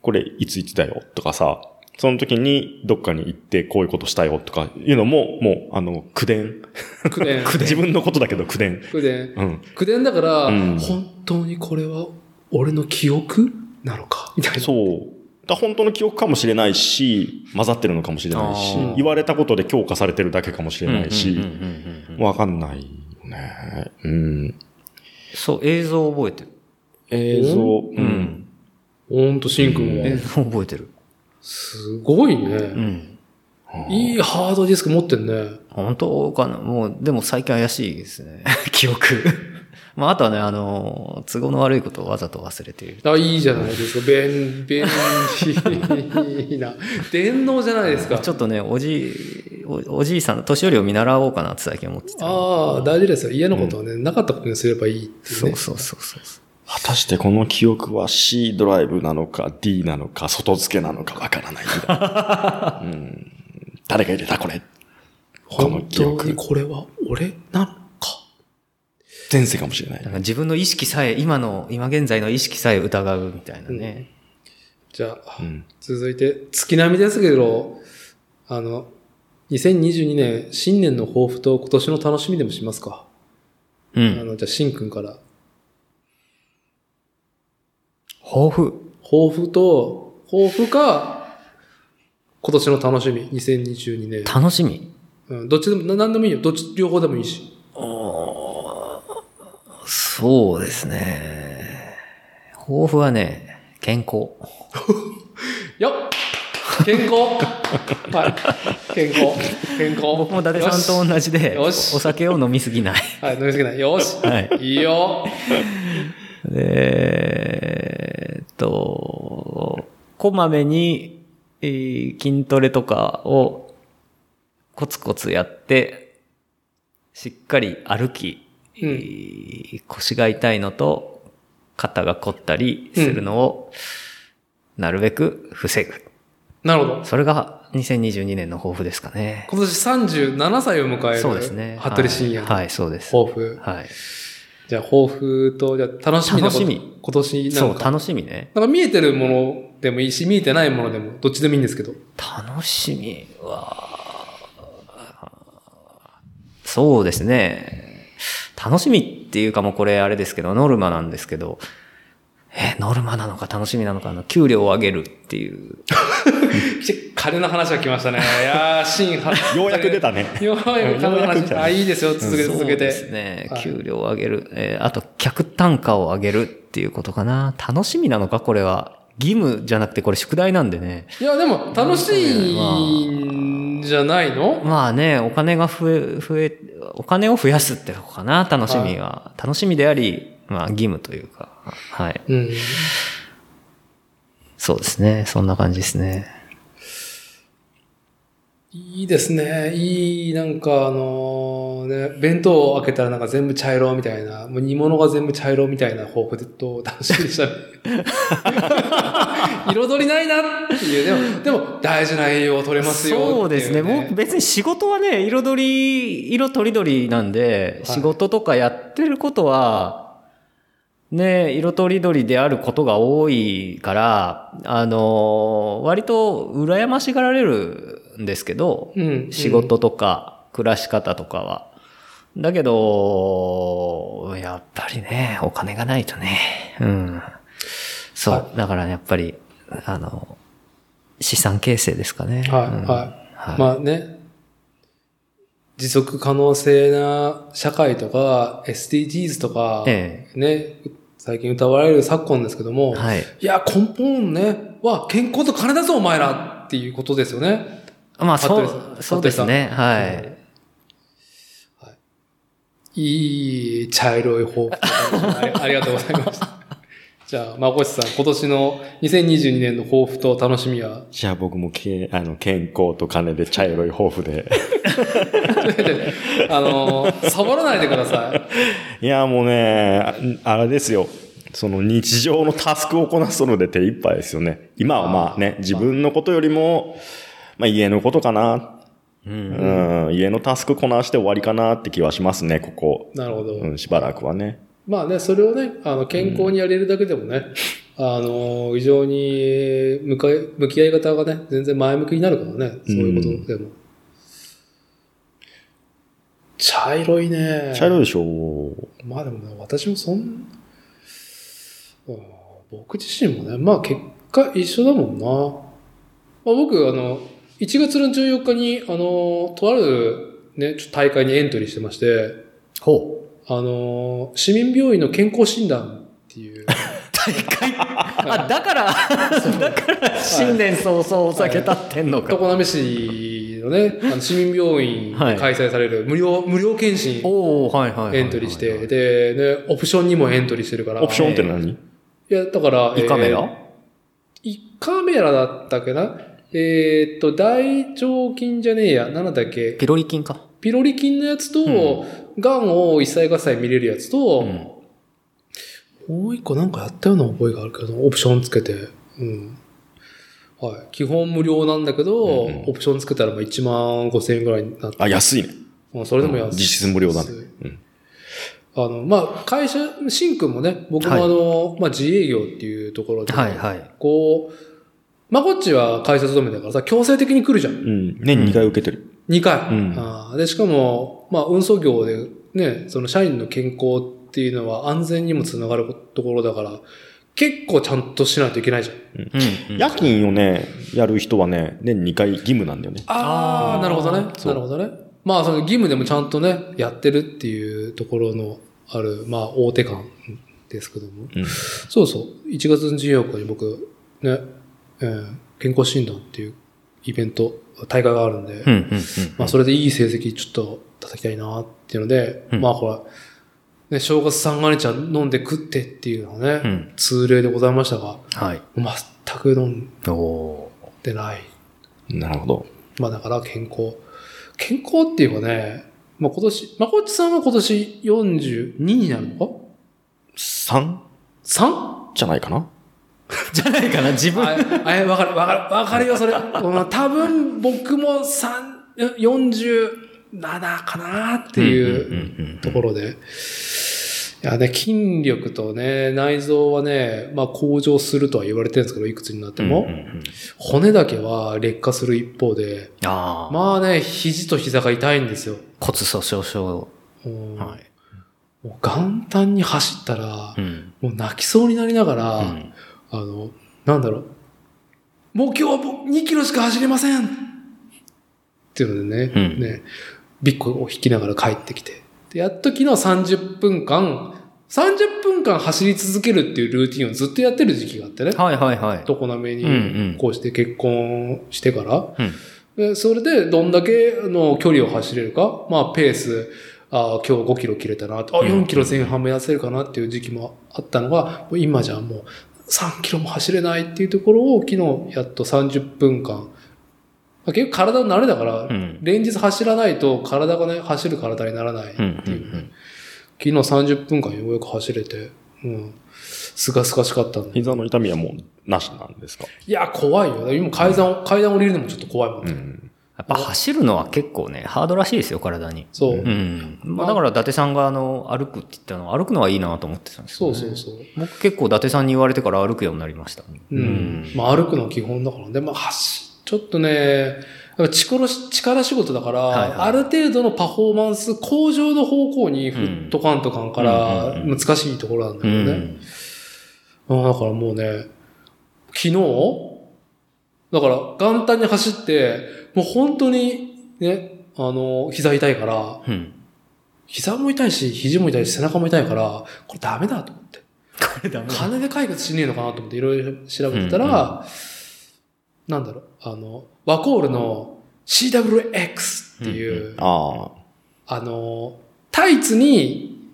Speaker 3: これいついつだよとかさ、その時にどっかに行ってこういうことしたよとかいうのも、もう、あの、口伝。
Speaker 1: くで ん。
Speaker 3: 自分のことだけど口伝。
Speaker 1: くでん。
Speaker 3: うん。
Speaker 1: くでんだから、
Speaker 3: うん
Speaker 1: 本当にこれは俺の記憶なのかみたいな。
Speaker 3: そう。だ本当の記憶かもしれないし、混ざってるのかもしれないし
Speaker 2: あー、
Speaker 3: 言われたことで強化されてるだけかもしれな
Speaker 2: う
Speaker 3: い
Speaker 2: んうん
Speaker 3: し、
Speaker 2: うんうんうん
Speaker 3: わかんないよね。うん。
Speaker 2: そう、映像覚えてる。
Speaker 3: 映像、う。
Speaker 2: うんん。
Speaker 1: ほんと、シンくん
Speaker 2: 映
Speaker 1: は。
Speaker 2: 像覚えてる。
Speaker 1: すごいね。
Speaker 2: うん。
Speaker 1: いいハードディスク持ってんね。
Speaker 2: 本当かなもう、でも最近怪しいですね。記憶。まあ、あとはね、あの、都合の悪いことをわざと忘れている。
Speaker 1: あ、いいじゃないですか。便、便利な。 電脳じゃないですか。
Speaker 2: ちょっとね、おじい、おおじいさん、年寄りを見習おうかなって最近思ってて。
Speaker 1: ああ、大事ですよ。嫌なことをね、なかったことにすればいいっていう
Speaker 2: そ
Speaker 1: ね
Speaker 2: う。そうそうそうそう。
Speaker 3: 果たしてこの記憶は C ドライブなのか D なのか外付けなのかわからないん だ、うん。誰が入れたこれ。この
Speaker 1: 本
Speaker 3: 記
Speaker 1: 当に
Speaker 3: 憶。
Speaker 1: これは俺なのか。
Speaker 3: 前世かもしれな
Speaker 2: だか
Speaker 3: い。
Speaker 2: ら自分の意識さえ、今の、今現在の意識さえ疑うみたいなね。
Speaker 1: じゃあ、
Speaker 3: うん。
Speaker 1: 続いて、月並みですけど、あの、2022年、新年の抱負と今年の楽しみでもしますか。
Speaker 2: う
Speaker 1: あ
Speaker 2: ん。
Speaker 1: の、じゃあ、しんくんから。
Speaker 2: 抱負。
Speaker 1: 抱負と、抱負か、今年の楽しみ、2022年。
Speaker 2: 楽しみ。
Speaker 1: うん、どっちでも、ななんでもいいよ。どっち、両方でもいいし。
Speaker 2: そうですね。抱負はね、健康。
Speaker 1: よっ健康はい。健康。健康。
Speaker 2: 僕も伊達さんと同じで、お
Speaker 1: よし
Speaker 2: 酒を飲みす ぎない。
Speaker 1: はい、飲みすぎない。よし。
Speaker 2: はい。
Speaker 1: いいよ。
Speaker 2: えーっと、こまめに、えー筋トレとかをコツコツやって、しっかり歩き、
Speaker 1: うん
Speaker 2: えー腰が痛いのと肩が凝ったりするのを、なるべく防ぐ。
Speaker 1: なるほど。
Speaker 2: それが2022年の抱負ですかね。
Speaker 1: 今年37歳を迎える。
Speaker 2: そうですね。
Speaker 1: 服部真也。
Speaker 2: はい。はい、そうです。
Speaker 1: 抱負。
Speaker 2: はい。
Speaker 1: じゃあ、抱負と、じゃあ、楽しみなこと。
Speaker 2: 楽しみ
Speaker 1: 今年な
Speaker 2: そ
Speaker 1: の
Speaker 2: う、
Speaker 1: か。
Speaker 2: 楽しみね。
Speaker 1: なんか見えてるものでもいいし、見えてないものでも、どっちでもいいんですけど。
Speaker 2: 楽しみは、そうですね。楽しみっていうかもうこれあれですけど、ノルマなんですけど、え、ノルマなのか楽しみなのか、あの、給料を上げるっていう。
Speaker 1: 金の話が来ま したね。いやー、シンは、
Speaker 3: ようやく出たね。
Speaker 1: ようやく金の
Speaker 3: ようやく来
Speaker 1: 話。
Speaker 3: た
Speaker 1: あ、いいですよ。続けて続け
Speaker 2: そうで
Speaker 1: て。
Speaker 2: すね
Speaker 1: は。い
Speaker 2: 給料を上げる。えーあと、客単価を上げるっていうことかな。楽しみなのか、これは。義務じゃなくて、これ宿題なんでね。
Speaker 1: いや、でも、楽しいんじゃないの
Speaker 2: まあね、お金が増え、増え、お金を増やすってとこかな、楽しみは。楽しみであり、まあ義務というか。はい。
Speaker 1: うん。
Speaker 2: そうですね。そんな感じですね。
Speaker 1: いいですね。いい、なんか、あのね、弁当を開けたらなんか全部茶色みたいな、もう煮物が全部茶色みたいな抱負でと楽しみでしたね。彩りないなっていう、でも、でも大事な栄養を取れますよっていう、
Speaker 2: そうですね。僕別に仕事はね、彩り、色とりどりなんで、
Speaker 1: はい
Speaker 2: 仕事とかやってることは、ね、色とりどりであることが多いから、あの割と羨ましがられるんですけど、
Speaker 1: うん
Speaker 2: 仕事とか暮らし方とかは。だけど、やっぱりね、お金がないとね。うん。そう。だからねやっぱり、あの、資産形成ですか
Speaker 1: はい
Speaker 2: ね。うん
Speaker 1: はい
Speaker 2: はい
Speaker 1: まあね、持続可能性な社会とか、SDGs とか、
Speaker 2: え
Speaker 1: ね、最近歌われる昨今ですけども、
Speaker 2: え。はい。
Speaker 1: いや、根本ね、は健康と金だぞ、お前らっていうことですよね。
Speaker 2: まあ、そ
Speaker 1: 服部さ
Speaker 2: う、
Speaker 1: ん
Speaker 2: そうですね。は
Speaker 1: う
Speaker 2: い。
Speaker 1: いい茶色い抱負ありあ りがとうございました。じゃあ、まこしさん、今年の2022年の抱負と楽しみは、
Speaker 3: じゃあ僕もけあの健康と金で茶色い抱負で。
Speaker 1: あのー、サボらないでください。
Speaker 3: いや、もうね、ああれですよ。その日常のタスクをこなすので手一杯ですよね。今はまあね、自分のことよりも、まあ家のことかな。うん、家のタスクこなして終わりかなって気はしますね、ここ。
Speaker 1: なるほど。
Speaker 3: うん、しばらくはね。
Speaker 1: まあね、それをね、あの、健康にやれるだけでもね、あの、非常に向かい、向き合い方がね、全然前向きになるからね、そういうことでも。茶色いね。
Speaker 3: 茶色いでしょ
Speaker 1: まあでもね、私もそん、うん僕自身もね、まあ結果一緒だもんな。まあ僕、あの、1月の14日に、あの、とあるね、ちょっと大会にエントリーしてまして、
Speaker 2: ほう。
Speaker 1: あのー市民病院の健康診断って いう。
Speaker 2: 大会。あ、だから、だから、新年早々お酒立ってんのか
Speaker 1: 常。滑市のね、あの市民病院で
Speaker 2: はい
Speaker 1: 開催される無料、無料検診
Speaker 2: おおはいはいはいはい。
Speaker 1: エントリーして、で、ね、オプションにもエントリーしてるから。
Speaker 3: オプションって何
Speaker 1: いや、だから、
Speaker 2: 胃カメラ、
Speaker 1: えー胃カメラだったっけなえーっと、大腸菌じゃねえや。なんだっけ
Speaker 2: ピロリ菌か。
Speaker 1: ピロリ菌のやつと、癌を一切合切見れるやつと、もう一個なんかやったような覚えがあるけど、オプションつけて。うん。はい。基本無料なんだけど、
Speaker 3: うんうん
Speaker 1: オプションつけたらまあ1万5千円ぐらいになって、
Speaker 3: あ、安いね。
Speaker 1: まあそれでも安い。
Speaker 3: 実質無料だね。うん
Speaker 1: あの、まあ、会社、シンくんもね、僕もあの、まあ、自営業っていうところで、
Speaker 2: はいはい。
Speaker 1: こう、まこっちは会社勤めだからさ、強制的に来るじゃん。
Speaker 3: うん。年2回受けてる。
Speaker 1: 2回。
Speaker 3: うん
Speaker 1: あーで、しかも、まあ、運送業でね、その社員の健康っていうのは安全にもつながるところだから、結構ちゃんとしないといけないじゃん。
Speaker 2: うん、
Speaker 3: 夜勤をね、やる人はね、年2回義務なんだよね。
Speaker 1: あ
Speaker 2: あー
Speaker 1: あ、なるほどね。
Speaker 3: そう
Speaker 1: なるほどね。まあ、その義務でもちゃんとね、やってるっていうところのある、まあ、大手感ですけども。
Speaker 3: うん
Speaker 1: そうそう。1月14日に僕、ね、えー健康診断っていうイベント、大会があるんで、
Speaker 2: うんうんうん。
Speaker 1: まあ、それでいい成績ちょっと叩きたいなっていうので、
Speaker 2: うん
Speaker 1: まあ、ほら、ね、正月三が日は飲んで食ってっていうのはね、
Speaker 2: うん
Speaker 1: 通例でございましたが、
Speaker 2: はい。
Speaker 1: 全く飲ん
Speaker 2: おおー。
Speaker 1: でない。
Speaker 3: なるほど。
Speaker 1: まあだから健康。健康っていうかね、まあ今年、まこっちさんは今年42になるのか
Speaker 3: 3?
Speaker 1: ?3?
Speaker 3: じゃないかな
Speaker 2: じゃないかな、自分。
Speaker 1: ああえ、わかる、わかる、わかるよ、それ。うん多分僕も3、47かなって
Speaker 2: うんうん
Speaker 1: いう
Speaker 2: うんうん
Speaker 1: ところで。いやね、筋力とね、内臓はね、まあ向上するとは言われてるんですけど、いくつになっても。
Speaker 3: うんうんうん
Speaker 1: 骨だけは劣化する一方で、
Speaker 2: ああ、
Speaker 1: まあね、肘と膝が痛いんですよ。
Speaker 2: 骨粗鬆症。
Speaker 1: うん
Speaker 2: はい。
Speaker 1: もう元旦に走ったら
Speaker 2: う、ん。
Speaker 1: もう泣きそうになりながら、
Speaker 2: うん
Speaker 1: あの、なんだろう、もう今日は2キロしか走れませんっていうのでね、
Speaker 2: うん
Speaker 1: ね、ビッコを引きながら帰ってきて。で、やっと昨日30分間、30分間走り続けるっていうルーティンをずっとやってる時期があってね、
Speaker 2: はいはいはい。
Speaker 1: 常滑
Speaker 2: うんう
Speaker 1: に
Speaker 2: ん
Speaker 1: こうして結婚してから、
Speaker 2: うん
Speaker 1: で、それでどんだけの距離を走れるか、まあペース、あー今日5キロ切れたなと、あ、
Speaker 2: うん
Speaker 1: 4キロ前半目指せるかなっていう時期もあったのが、もう今じゃもう3キロも走れないっていうところを昨日やっと30分間、まあ結局体の慣れだから、
Speaker 2: うん。
Speaker 1: 連日走らないと体がね、走る体にならない。
Speaker 2: うんう
Speaker 1: 昨
Speaker 2: ん
Speaker 1: 日30分間ようやく走れて、うん、すがすがしかったんで。
Speaker 3: 膝の痛みはもうなしなんですか
Speaker 1: いや、怖いよ。今階段、階段降りるのもちょっと怖いもんね。
Speaker 3: ん。
Speaker 2: やっぱ走るのは結構ね、ハードらしいですよ、体に。
Speaker 1: そう。
Speaker 2: うん。まあだから伊達さんがあの、歩くって言ったのは、歩くのはいいなと思ってたんですけ
Speaker 1: そ
Speaker 2: ど
Speaker 1: う
Speaker 2: ね
Speaker 1: そうそう。
Speaker 2: 僕結構伊達さんに言われてから歩くようになりました。
Speaker 1: うん。まあ歩くのは基本だからね。まあ走、ちょっとね、やっぱ力し力仕事だから、
Speaker 2: はいはい
Speaker 1: ある程度のパフォーマンス向上の方向にフットカントカンから
Speaker 2: うん
Speaker 1: 難しいところなんだ
Speaker 2: う
Speaker 1: けどね。
Speaker 2: ん。
Speaker 1: うんだからもうね、昨日、だから元旦に走って、もう本当にね、あの、膝痛いから、
Speaker 2: うん。
Speaker 1: 膝も痛いし、肘も痛いし、背中も痛いから、これダメだと思って。
Speaker 2: これダメだ
Speaker 1: 金で解決しねえのかなと思っていろいろ調べてたら、
Speaker 2: うん
Speaker 1: なんだろう、あの、ワコールの CWX っていう、
Speaker 3: ああ。
Speaker 1: あの、タイツに、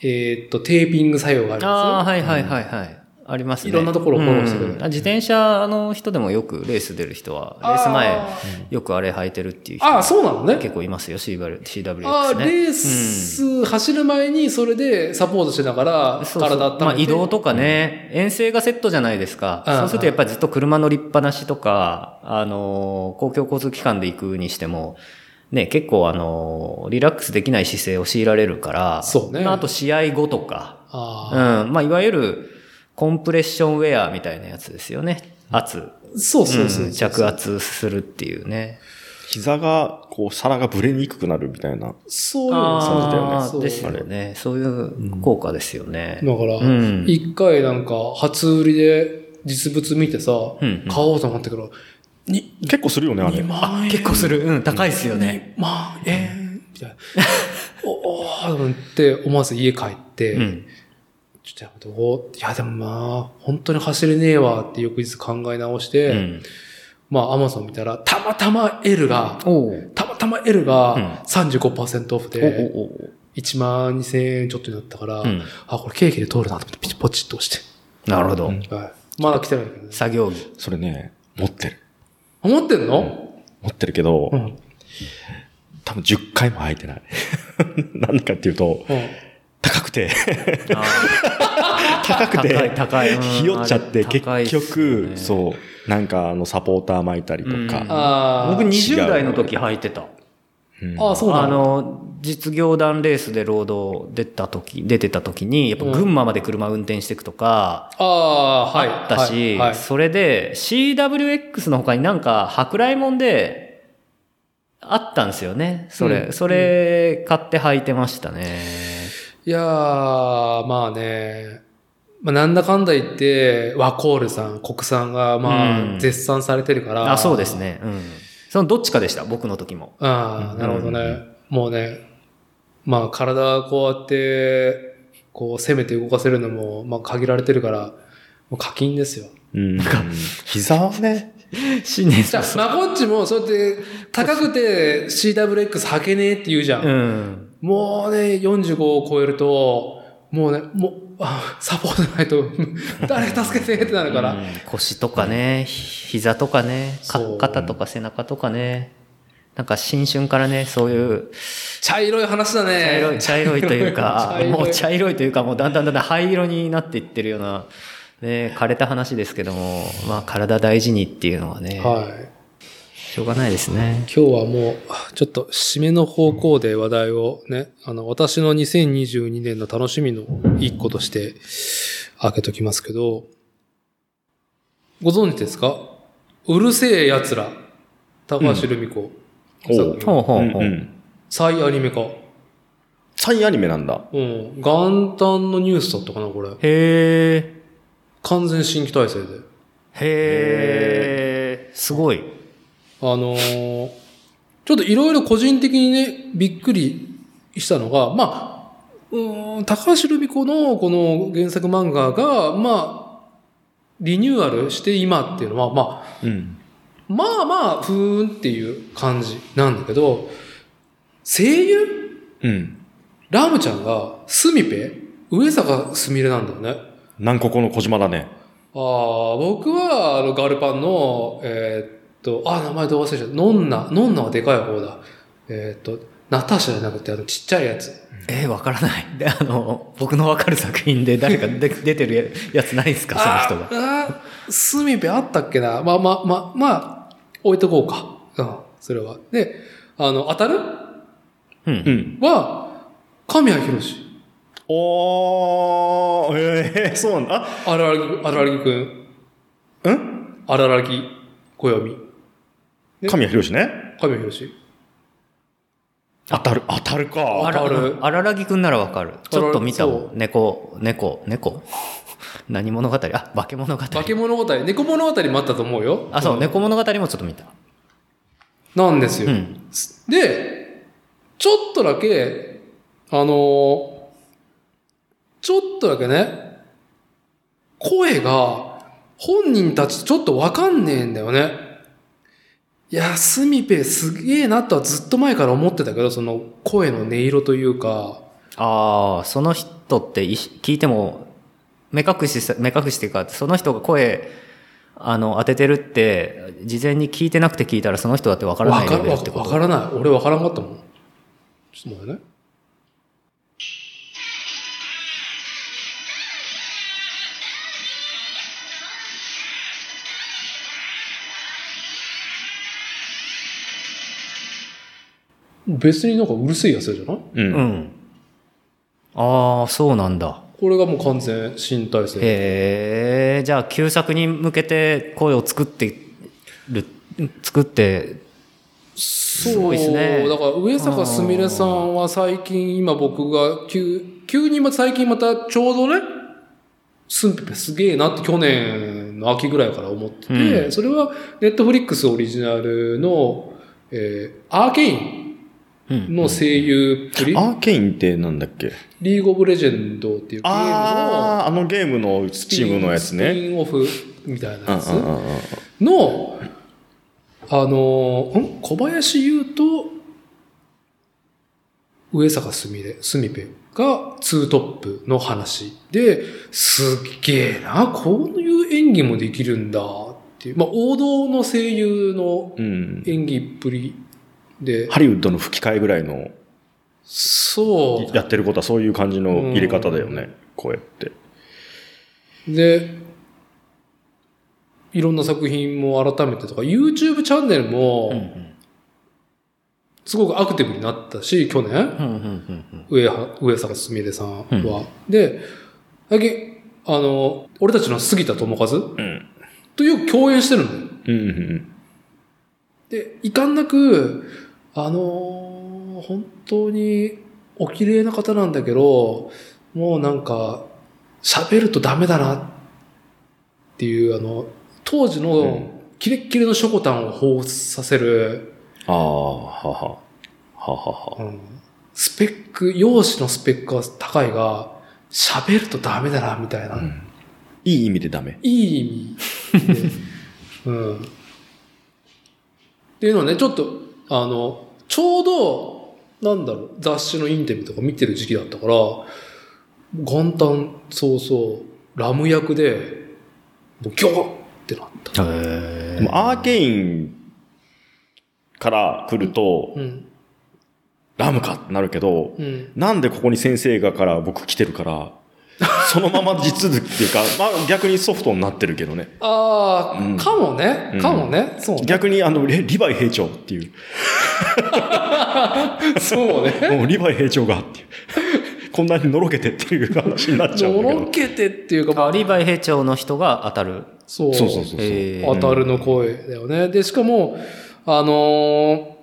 Speaker 1: えーっと、テーピング作用があるんですよ。
Speaker 2: ああ、はいはいはいはい。ありますね。
Speaker 1: いろんなところをフォローしてくれる
Speaker 2: うんあ自転車の人でもよくレース出る人は、レース前、よくあれ履いてるっていう人
Speaker 1: あーあー、そうなのね。
Speaker 2: 結構いますよ、CW CWX ね。
Speaker 1: ああ、レース走る前にそれでサポートしながら、
Speaker 2: そうそう
Speaker 1: 体温めて。
Speaker 2: まあ移動とかね、遠征がセットじゃないですか。
Speaker 1: うん
Speaker 2: そうするとやっぱりずっと車乗りっぱなしとか、あのー、公共交通機関で行くにしても、ね、結構あのー、リラックスできない姿勢を強いられるから、
Speaker 1: そうね
Speaker 2: まあ、あと試合後とか、うん、
Speaker 1: あ
Speaker 2: まあいわゆるコンプレッションウェアみたいなやつですよね。圧。
Speaker 1: ーそうそうそう
Speaker 2: うん着圧するっていうね。
Speaker 3: 膝が、こう、皿がぶれにくくなるみたいな。
Speaker 1: そういうの
Speaker 3: そうだよね
Speaker 2: ああ
Speaker 1: そう
Speaker 2: ですよね。そういう効果ですよね。
Speaker 1: だから、
Speaker 2: うん
Speaker 1: 一回なんか、初売りで実物見てさ、
Speaker 2: んうん
Speaker 1: 買おうと思ったけど、に
Speaker 3: 結構するよね、あれ
Speaker 1: 2。万円。
Speaker 2: 結構する。うん、高いですよね。
Speaker 1: 2万円。みたいな。おおーと思って、思わず家帰って、
Speaker 2: うん。
Speaker 1: ちょっとやめとこう。いや、でもまあ、本当に走れねえわって翌日考え直して、
Speaker 2: うん
Speaker 1: まあ、アマゾン見たら、たまたま L が、
Speaker 2: おう
Speaker 1: たまたま L
Speaker 2: うん
Speaker 1: が35%オフ
Speaker 2: おう
Speaker 1: で、
Speaker 2: おうおう
Speaker 1: 1万2000円ちょっとになったから、
Speaker 2: うん
Speaker 1: あ、これケーキで通るなと思って、ピチポチっと押して。
Speaker 2: なるほど。
Speaker 1: はい。まだ来てないけどね。
Speaker 2: 作業着。
Speaker 3: それね、持ってる。
Speaker 1: あ持ってんの
Speaker 3: 持ってるけど、
Speaker 1: うん。うん。
Speaker 3: 多分10回も履いてない。 なんでかっていうと、高くて、高く
Speaker 2: 高い、
Speaker 3: て、
Speaker 2: 高い。うん
Speaker 3: ひよっちゃって、
Speaker 2: あれ
Speaker 3: 結
Speaker 2: 高いっすよ
Speaker 3: 局、
Speaker 2: ね
Speaker 3: そう、なんかあの、サポーター巻いたりと
Speaker 2: うん
Speaker 3: か、
Speaker 1: あ
Speaker 2: 僕
Speaker 1: ー
Speaker 2: 20代の時履いてた。
Speaker 3: うん
Speaker 1: あー、そうなの
Speaker 2: あの、実業団レースでロード出た時、出てた時に、やっぱ群馬まで車運転していくとか、
Speaker 1: ああー、はい。
Speaker 2: あったし、
Speaker 1: はいはい
Speaker 2: それで CWX の他になんか、舶来門で、あったんですよね。それ、
Speaker 1: うん
Speaker 2: それ買って履いてましたね。
Speaker 1: いやー、まあね、まあ、なんだかんだ言って、ワコールさん、国産が、ま
Speaker 2: う
Speaker 1: あ、
Speaker 2: ん
Speaker 1: 絶賛されてるから。
Speaker 2: あそうです。ね。うん。そのどっちかでした、僕の時も。
Speaker 1: ああ、なるほどね。もうね、まあ、体こうやって、こう、攻めて動かせるのも、まあ、限られてるから、もう課金ですよ。
Speaker 3: うん膝を ね、
Speaker 2: 新年
Speaker 1: じゃあ、マコッチも、そうやって、高くて CWX 履けねえって言うじゃん。
Speaker 2: うん。
Speaker 1: もうね、45を超えると、もうね、もう、あサポートないと、 誰か助けてってなるから。
Speaker 2: 腰とかね、ひ膝とかね、か
Speaker 1: そう
Speaker 2: 肩とか背中とかね。なんか新春からね、そういう
Speaker 1: 茶色い話だね。
Speaker 2: 茶色い、茶色いという
Speaker 1: 茶、
Speaker 2: か
Speaker 1: 色い
Speaker 2: もう茶色いというか、もうだんだんだんだん灰色になっていってるような、ね、枯れた話ですけども、まあ体大事にっていうのはね、
Speaker 1: はい。
Speaker 2: しょうがないですね。
Speaker 1: 今日はもう、ちょっと締めの方向で話題をね、あの、私の2022年の楽しみの一個として、開けときますけど、ご存知ですかうるせえ奴ら、高橋留美子、
Speaker 3: おう
Speaker 2: ほうほ
Speaker 3: う
Speaker 2: うんほ
Speaker 3: う
Speaker 2: う。
Speaker 3: ん
Speaker 1: 再アニメ化。
Speaker 3: 3位アニメなんだ。
Speaker 1: うん。元旦のニュースだったかな、これ。
Speaker 2: へえ、
Speaker 1: 完全新規体制で。
Speaker 2: へえ、すごい。
Speaker 1: あのーちょっといろいろ個人的にね、びっくりしたのが、まあ、うーん、高橋留美子のこの原作漫画が、まあ、リニューアルして今っていうのは、まあ、
Speaker 3: うん。
Speaker 1: まあまあ、ふーんっていう感じなんだけど、声優
Speaker 3: うん。
Speaker 1: ラムちゃんが、スミペ上坂すみれなんだよね。
Speaker 3: 南国の小島だね。
Speaker 1: ああ、僕は、あの、ガルパンの、えーっと、あ、名前どう忘れちゃった。ノンナ、ノンナはでかい方だ。えーっと、ナターシャじゃなくて、あの、ちっちゃいやつ。
Speaker 2: えー、わからない。で、あの、僕のわかる作品で誰かで出てるやつないですか、その人が。
Speaker 1: ああー、スミペあったっけな。まあまあまあ、まあ、置いとこうか。うん、それは。で、あの、当たる
Speaker 2: うん。
Speaker 3: ん。
Speaker 1: は、神谷博史。
Speaker 3: おー、えー、そうなんだ。
Speaker 1: あららぎ、あららぎくん。
Speaker 3: あ、ん
Speaker 1: あららぎ、小読み。え
Speaker 3: 神谷博士ね。
Speaker 1: 神谷博史。
Speaker 3: 当たる、当たる
Speaker 2: あ
Speaker 3: か。。
Speaker 2: ら
Speaker 1: わかる
Speaker 2: あららぎくんならわかる。ちょっと見た
Speaker 1: あら
Speaker 2: も
Speaker 1: そ
Speaker 2: ん。猫、猫、猫。 何物語あ、化け物語。
Speaker 1: 化け物語、猫物語もあったと思うよ。
Speaker 2: あ、そう、
Speaker 1: ん
Speaker 2: 猫物語もちょっと見た。
Speaker 1: なんですよ。
Speaker 2: うん。
Speaker 1: で、ちょっとだけ、あのーちょっとだけね、声が本人たちちょっとわかんねえんだよね。いや、スミペすげえなとはずっと前から思ってたけど、その声の音色というか、
Speaker 2: ああ、その人ってい聞いても、目隠しさ、目隠しっていうか、その人が声、あの、当ててるって、事前に聞いてなくて聞いたらその人だってわから
Speaker 1: わ
Speaker 2: ない
Speaker 1: か
Speaker 2: レベル
Speaker 1: わ
Speaker 2: ってこ
Speaker 1: わ
Speaker 2: と。
Speaker 1: からない。俺わからんかったもん。ちょっと待ってね。別になんかうるせえやつじゃないう
Speaker 2: うんん。ああ、そうなんだ。
Speaker 1: これがもう完全新体制。
Speaker 2: へえ、じゃあ旧作に向けて声を作ってる、作って、す
Speaker 1: そう
Speaker 2: ごいっすね
Speaker 1: だから上坂すみれさんは最近今僕が急、急にま最近またちょうどね、スンペペすげえなって去年の秋ぐらいから思ってて、
Speaker 2: うん
Speaker 1: それはネットフリックスオリジナルの、えーアーケイン
Speaker 2: うん。
Speaker 1: の声優プリ、
Speaker 3: アーケインってなんだっけ
Speaker 1: リーグオブレジェンドっていうゲームの
Speaker 3: あー、あのゲームの
Speaker 1: スピ
Speaker 3: チ
Speaker 1: ン
Speaker 3: ームのやつ
Speaker 1: ス
Speaker 3: ね。
Speaker 1: ピンオフみたいなやつ
Speaker 3: うんうんうんうん
Speaker 1: のあのーん小林優と、上坂すみれ、すみぺがツートップの話で、すっげえな、こういう演技もできるんだっていう、まあ、王道の声優の
Speaker 3: うん。
Speaker 1: 演技っぷりで、
Speaker 3: ハリウッドの吹き替えぐらいの、
Speaker 1: そう。
Speaker 3: やってることはそういう感じの入れ方だよね、声って。
Speaker 1: で、いろんな作品も改めてとか、YouTube チャンネル
Speaker 2: うんう
Speaker 1: も、
Speaker 2: ん
Speaker 1: すごくアクティブになったし、去年、
Speaker 2: うんうんうん
Speaker 1: 上は上坂すみれさんは。で、最近、あの、俺たちの杉田智和
Speaker 3: うん。
Speaker 1: とよく共演してるのよ。
Speaker 3: うんうん。
Speaker 1: で、いかんなく、あのー本当にお綺麗な方なんだけど、もうなんか、喋るとダメだなっていう、あの、当時
Speaker 3: う
Speaker 1: の
Speaker 3: ん
Speaker 1: キレッキレのショコタンを彷彿させる、
Speaker 3: ああ、はは。ははは。
Speaker 1: うんスペック、容姿のスペックは高いが、喋るとダメだな、みたいな。
Speaker 3: うんいい意味でダメ。
Speaker 1: いい意味 で。うん。っていうのはね、ちょっと、あの、ちょうど、なんだろう、雑誌のインタビューとか見てる時期だったから、元旦早々、ラム役で、もうギョーってなった。
Speaker 3: でもアーケインから来ると、
Speaker 1: うん。
Speaker 3: ラムかってなるけど、
Speaker 1: うん。
Speaker 3: なんでここに先生がから僕来てるから、そのまま地続きっていうか、 まあ逆にソフトになってるけどね。
Speaker 1: ああ、
Speaker 3: うん
Speaker 1: かもね
Speaker 3: う。ん
Speaker 1: かもね。そうね。
Speaker 3: 逆にあの、リリヴァイ兵長っていう、
Speaker 1: そうね。
Speaker 3: もうリヴァイ兵長がっていう、こんなにのろけてっていう話になっちゃうん
Speaker 1: の
Speaker 3: だけ
Speaker 1: ろ
Speaker 3: ど。
Speaker 1: けてっていう
Speaker 2: うん。あ
Speaker 1: か、
Speaker 2: リヴァイ兵長の人が当たる。
Speaker 1: そう。
Speaker 3: そうそうそうそう。
Speaker 2: えー
Speaker 1: 当たるの声だよね。で、しかも、あのー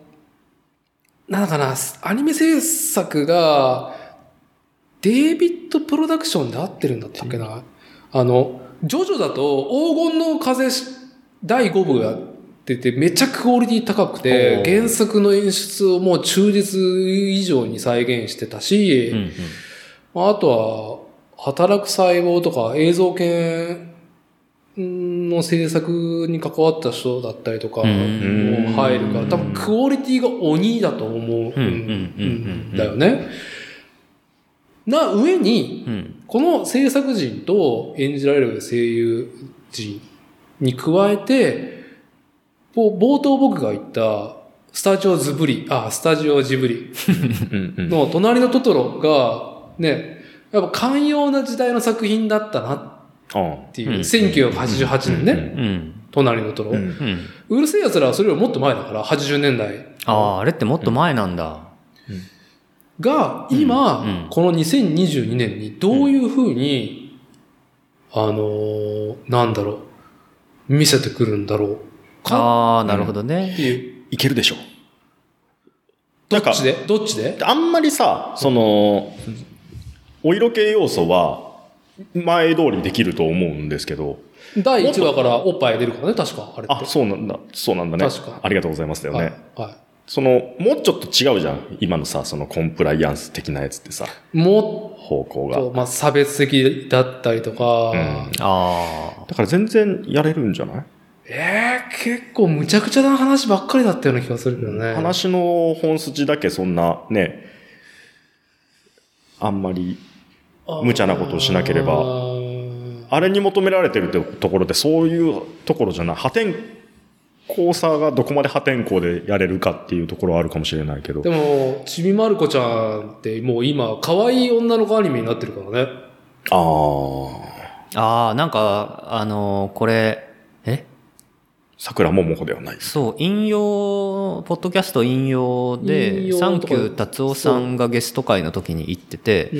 Speaker 1: なんだかな、アニメ制作が、デイビッドプロダクションで合ってるんだったっけな。あの、ジョジョだと黄金の風し第5部が出てめっちゃクオリティ高くて
Speaker 2: お、ー
Speaker 1: 原作の演出をもう忠実以上に再現してたし、
Speaker 2: うんうん
Speaker 1: まあ、あとは、働く細胞とか映像系の制作に関わった人だったりとかも
Speaker 2: うん
Speaker 1: 入るから、多分クオリティが鬼だと思う
Speaker 2: うん
Speaker 1: んだよね。な上に、
Speaker 2: うん
Speaker 1: この制作陣と演じられる声優陣に加えて、こう冒頭僕が言った、スタジオズブリ、あ、スタジオジブリ
Speaker 3: うんうん
Speaker 1: の隣のトトロが、ね、やっぱ寛容な時代の作品だったなっ
Speaker 3: あ
Speaker 1: ていう、
Speaker 2: うん
Speaker 1: 1988年ね、
Speaker 2: うん
Speaker 1: 隣のトトロ。
Speaker 3: う
Speaker 1: うん
Speaker 2: うん
Speaker 1: るせえ奴らはそれよりもっと前だから、80年代
Speaker 2: ああ、あれってもっと前なんだ。
Speaker 1: が、今、
Speaker 2: うんうん
Speaker 1: この2022年にどういうふうに、あのーなんだろう、見せてくるんだろうか
Speaker 2: ああ、なるほどね
Speaker 1: って。いう。
Speaker 3: いけるでしょ。なん
Speaker 1: ど
Speaker 3: か
Speaker 1: っち、でどっちで
Speaker 3: あんまりさ、その、お色気要素は、前通りできると思うんですけど、
Speaker 1: 第1話からおっぱい出るからね、確か、あれって。
Speaker 3: あ、そうなんだ、そうなんだね。
Speaker 1: 確か
Speaker 3: ありがとうございますだよね。
Speaker 1: はい、は
Speaker 3: その、もうちょっと違うじゃん。今のさ、そのコンプライアンス的なやつってさ、
Speaker 1: い。も
Speaker 3: 方向
Speaker 1: っ
Speaker 3: が。
Speaker 1: と、まあ、差別的だったりとか、
Speaker 3: うん
Speaker 2: ああ。
Speaker 3: だから全然やれるんじゃない、
Speaker 1: ええ結構むちゃくちゃな話ばっかりだったような気がするけどね。
Speaker 3: 話の本筋だけそんな、ね、あんまり、無茶なことをしなければ
Speaker 1: あー
Speaker 3: あれに求められてるってところでそういうところじゃない。破天荒さがどこまで破天荒でやれるかっていうところはあるかもしれないけど
Speaker 1: で。も、ちびまる子ちゃんってもう今、可愛い女の子アニメになってるからね。
Speaker 3: ああ。
Speaker 2: ああ、なんか、あのーこれ、え
Speaker 3: 桜ももこではないです。
Speaker 2: そう、引用、ポッドキャスト引用で、
Speaker 1: 引用とか
Speaker 2: サンキュー達夫さんがゲスト会の時に行ってて、
Speaker 1: う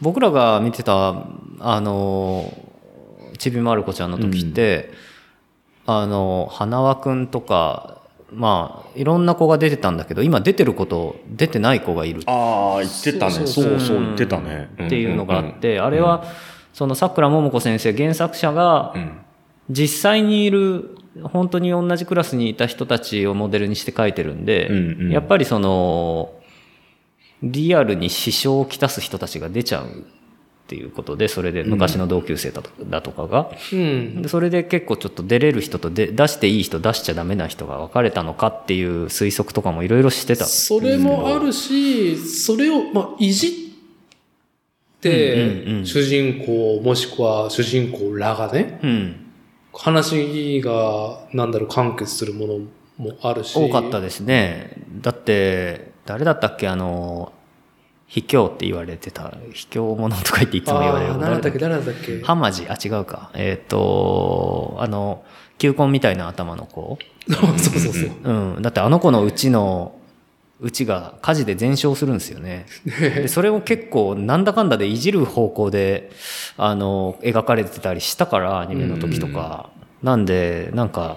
Speaker 2: 僕らが見てた、あのー、ちびまる子ちゃんの時って、あのー、花輪くんとか、まあ、いろんな子が出てたんだけど、今出てること、出てない子がいる
Speaker 3: ああ、言ってたね。
Speaker 1: そう
Speaker 3: そう
Speaker 1: そう
Speaker 3: そう
Speaker 2: うん
Speaker 3: 言ってたね。ん
Speaker 2: っていうのがあっ。て、あれは、その桜ももこ先生、原作者が
Speaker 3: うんうん。
Speaker 2: 実際にいる、本当に同じクラスにいた人たちをモデルにして書いてるんで、
Speaker 3: うんうん
Speaker 2: やっぱりその、リアルに支障をきたす人たちが出ちゃうっていうことで、それで昔の同級生だとだとかが、
Speaker 1: うん。
Speaker 2: でそれで結構ちょっと出れる人とで出していい人出しちゃダメな人が分かれたのかっていう推測とかもいろいろしてた
Speaker 1: それもあるし、それを、まあ、いじって、
Speaker 2: うんうんうん
Speaker 1: 主人公、もしくは主人公らがね、
Speaker 2: うん
Speaker 1: 話が、なんだろう、完結するものもあるし。
Speaker 2: 多かったですねだって誰だったっけあの卑怯って言われてた卑怯者とか言っていつも言われ
Speaker 1: あ
Speaker 2: る
Speaker 1: ー誰だったっ
Speaker 2: 誰
Speaker 1: け、誰だったっけ。
Speaker 2: ハマジあ違うかえっ、とあの球根みたいな頭の子
Speaker 1: そうそうそう。
Speaker 2: うん。だってあの子のうちの、うちが火事で全焼するんですよね。で、それを結構なんだかんだでいじる方向で、あの、描かれてたりしたから、アニメの時とか。なんで、なんか、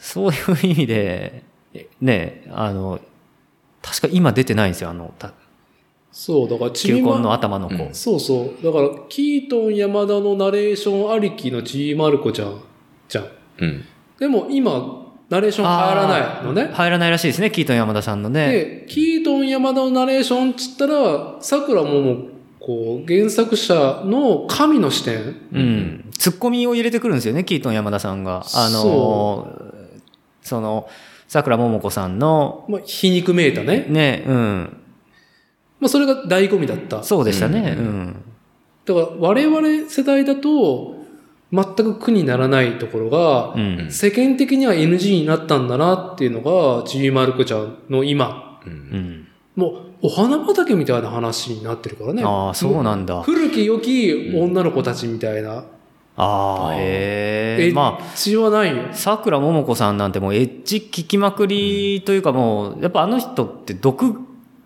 Speaker 2: そういう意味で、えね、あの、確か今出てないんですよ、あの、た
Speaker 1: そう、だから、ち
Speaker 2: 球
Speaker 1: び
Speaker 2: 根
Speaker 1: ま、
Speaker 2: の頭の子。
Speaker 3: うん
Speaker 1: そうそう。だから、キートン山田のナレーションありきのちーまる子ちゃん、じゃん。
Speaker 3: うん。
Speaker 1: でも、今、ナレーション入らないのね。
Speaker 2: 入らないらしいですね、キートン山田さんのね。
Speaker 1: で、キートン山田のナレーションっつったら、桜ももこう、原作者の神の視点
Speaker 2: うん。ツッコミを入れてくるんですよね、キートン山田さんが。あの
Speaker 1: そ、
Speaker 2: その、桜ももこさんの、
Speaker 1: まあ、皮肉めいたね。
Speaker 2: ね、うん。
Speaker 1: まあ、それが醍醐味だった。だか
Speaker 2: そうでしたね、う
Speaker 3: うん
Speaker 2: ん。
Speaker 1: ら、我々世代だと、全く苦にならないところが
Speaker 2: う、ん。
Speaker 1: 世間的には NG になったんだなっていうのが、ちびまる子ちゃんの今。
Speaker 3: う。
Speaker 2: うんん。
Speaker 1: もう、お花畑みたいな話になってるからね。
Speaker 2: ああ、そうなんだ。
Speaker 1: 古き良き女の子たちみたいな。
Speaker 2: ああ、
Speaker 3: あー
Speaker 2: へ
Speaker 1: エ
Speaker 2: え。まあ、
Speaker 1: ッジはないよ。
Speaker 2: さくらももこさんなんてもうエッジ聞きまくりというかもう、やっぱあの人って毒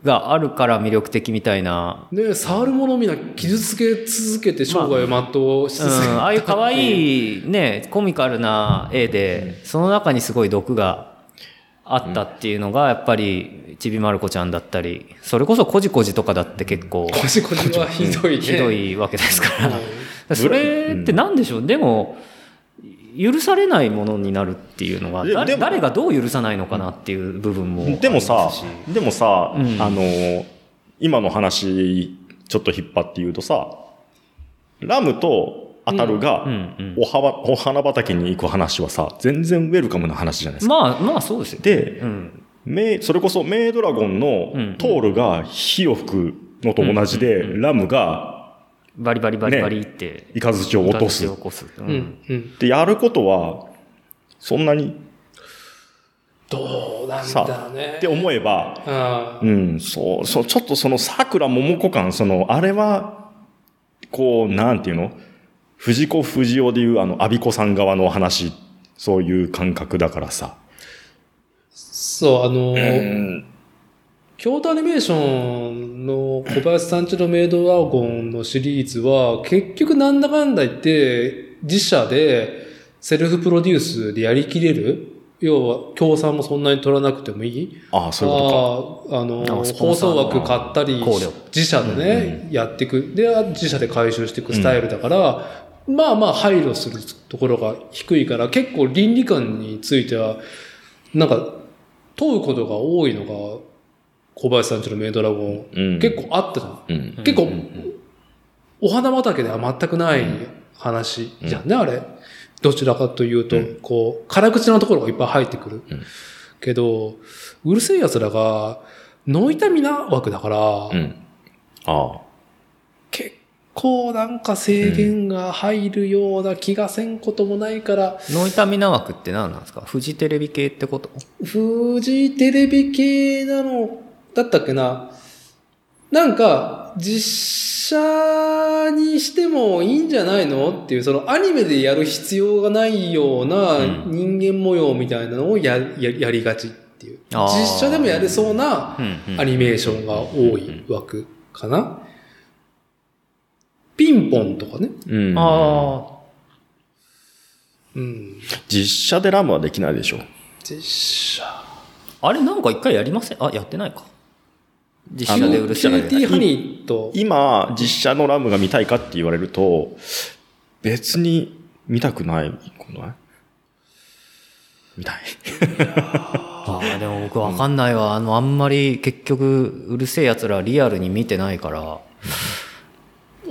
Speaker 2: があるから魅力的みたいな。
Speaker 1: ね触るものみんな傷つけ続けて生涯を全うし
Speaker 2: う
Speaker 1: 続け
Speaker 2: ん、ああいう可
Speaker 1: い。
Speaker 2: 愛 いね、コミカルな絵で、その中にすごい毒があったっていうのが、やっぱり、ちびまる子ちゃんだったり、それこそこじこじとかだって結構、
Speaker 1: こじこじはひどいね。
Speaker 2: ひどいわけですから。
Speaker 1: う
Speaker 2: それって何でしょう、でも許されないものになるっていうのが
Speaker 3: いや
Speaker 2: 誰
Speaker 3: でも
Speaker 2: 誰がどう許さないのかなっていう部分もありますし
Speaker 3: でもさ、でもさ、
Speaker 2: うん
Speaker 3: あのー、今の話、ちょっと引っ張って言うとさ、ラムとアタルが、
Speaker 2: うんうん
Speaker 3: おはばお花畑に行く話はさ、全然ウェルカムな話じゃないですか。
Speaker 2: まあまあそうですよ、
Speaker 3: で、
Speaker 2: うん、
Speaker 3: メイそれこそメイドラゴン
Speaker 2: うん
Speaker 3: のトールが火を吹くのと同じで、ラムが
Speaker 2: バリバリバリバリって、
Speaker 3: イカズチを落とす。
Speaker 2: 起こす、うん
Speaker 1: ん。うん。
Speaker 3: で、やることは、そんなに
Speaker 1: どうなんだろうね
Speaker 3: っ。て思えば、
Speaker 1: あ
Speaker 3: うん、そう、そう、ちょっとその桜桃子感、その、あれは、こう、なんていうの藤子不二雄でいう、あの、アビコさん側の話、そういう感覚だからさ。
Speaker 1: そう、あの
Speaker 3: う
Speaker 1: ー、
Speaker 3: ん。
Speaker 1: 京都アニメーションの小林さんちのメイドラゴンのシリーズは、結局なんだかんだ言って、自社でセルフプロデュースでやりきれる要は、協賛もそんなに取らなくてもいい
Speaker 3: ああ、そういうこ
Speaker 1: あーあの
Speaker 2: あスポ
Speaker 1: 放
Speaker 2: ンサー
Speaker 1: 送
Speaker 2: の
Speaker 1: 枠買ったり
Speaker 2: 考慮
Speaker 1: 自社でね、やっていくで自社で回収していくスタイルだから、まあまあ配慮するところが低いから結構倫理観についてはなんか問うことが多いのが小林さんちのメイドラゴン、
Speaker 3: とか。うん。
Speaker 1: 結構あったじゃん。
Speaker 3: うん。
Speaker 1: 結
Speaker 2: う
Speaker 1: 構
Speaker 2: んうん
Speaker 1: お花畑では全くない話じゃんね、あれ。どちらかというと、
Speaker 3: うん
Speaker 1: こう、辛口なところがいっぱい入ってくる。
Speaker 3: うん
Speaker 1: けど、うるせえ奴らが、ノイタミナ枠だから、
Speaker 3: うん。ああ。
Speaker 1: 結構なんか制限が入るような気がせんこともないから、
Speaker 2: ノイタミナ枠って何なんですかフジテレビ系ってこと
Speaker 1: フジテレビ系なの、だったっけな。なんか、実写にしてもいいんじゃないのっていう、そのアニメでやる必要がないような人間模様みたいなのをやややりがちっていう。
Speaker 2: あー
Speaker 1: 実写でもやれそうな
Speaker 2: うんうん
Speaker 1: アニメーションが多い枠かな。ピンポンとかね。
Speaker 3: うん。
Speaker 2: あ
Speaker 1: うん。
Speaker 3: 実写でラムはできないでしょ。
Speaker 1: 実写。
Speaker 2: ああれなんか一回やりませんあやってないか実写でうるせ
Speaker 1: キ
Speaker 2: え
Speaker 1: ューティーハニーと、
Speaker 3: 今、実写のラムが見たいかって言われると、別に見たくないくない見たい。
Speaker 2: ああ、でも僕わかんないわ。あの、あんまり結局、うるせえ奴らリアルに見てないから、
Speaker 1: あ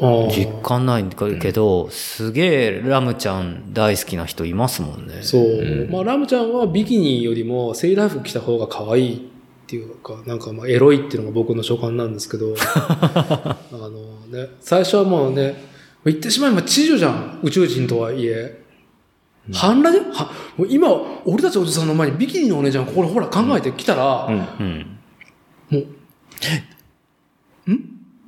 Speaker 1: あ
Speaker 2: 実感ないんだけど、すげえラムちゃん大好きな人いますもんね。
Speaker 1: そう、
Speaker 3: うん
Speaker 1: まあ、ラムちゃんはビキニよりもセーラー服着た方が可愛いっていうか、なんかまあエロいっていうのが僕の所感なんですけ ど、あのね、最初はもうね、言ってしまえば知女じゃん、宇宙人とはいえ。半裸ではもう今、俺たちおじさんの前にビキニのお姉ちゃん、これほら考えてきたら、
Speaker 3: うん。
Speaker 2: う
Speaker 1: も
Speaker 2: ん。
Speaker 1: う、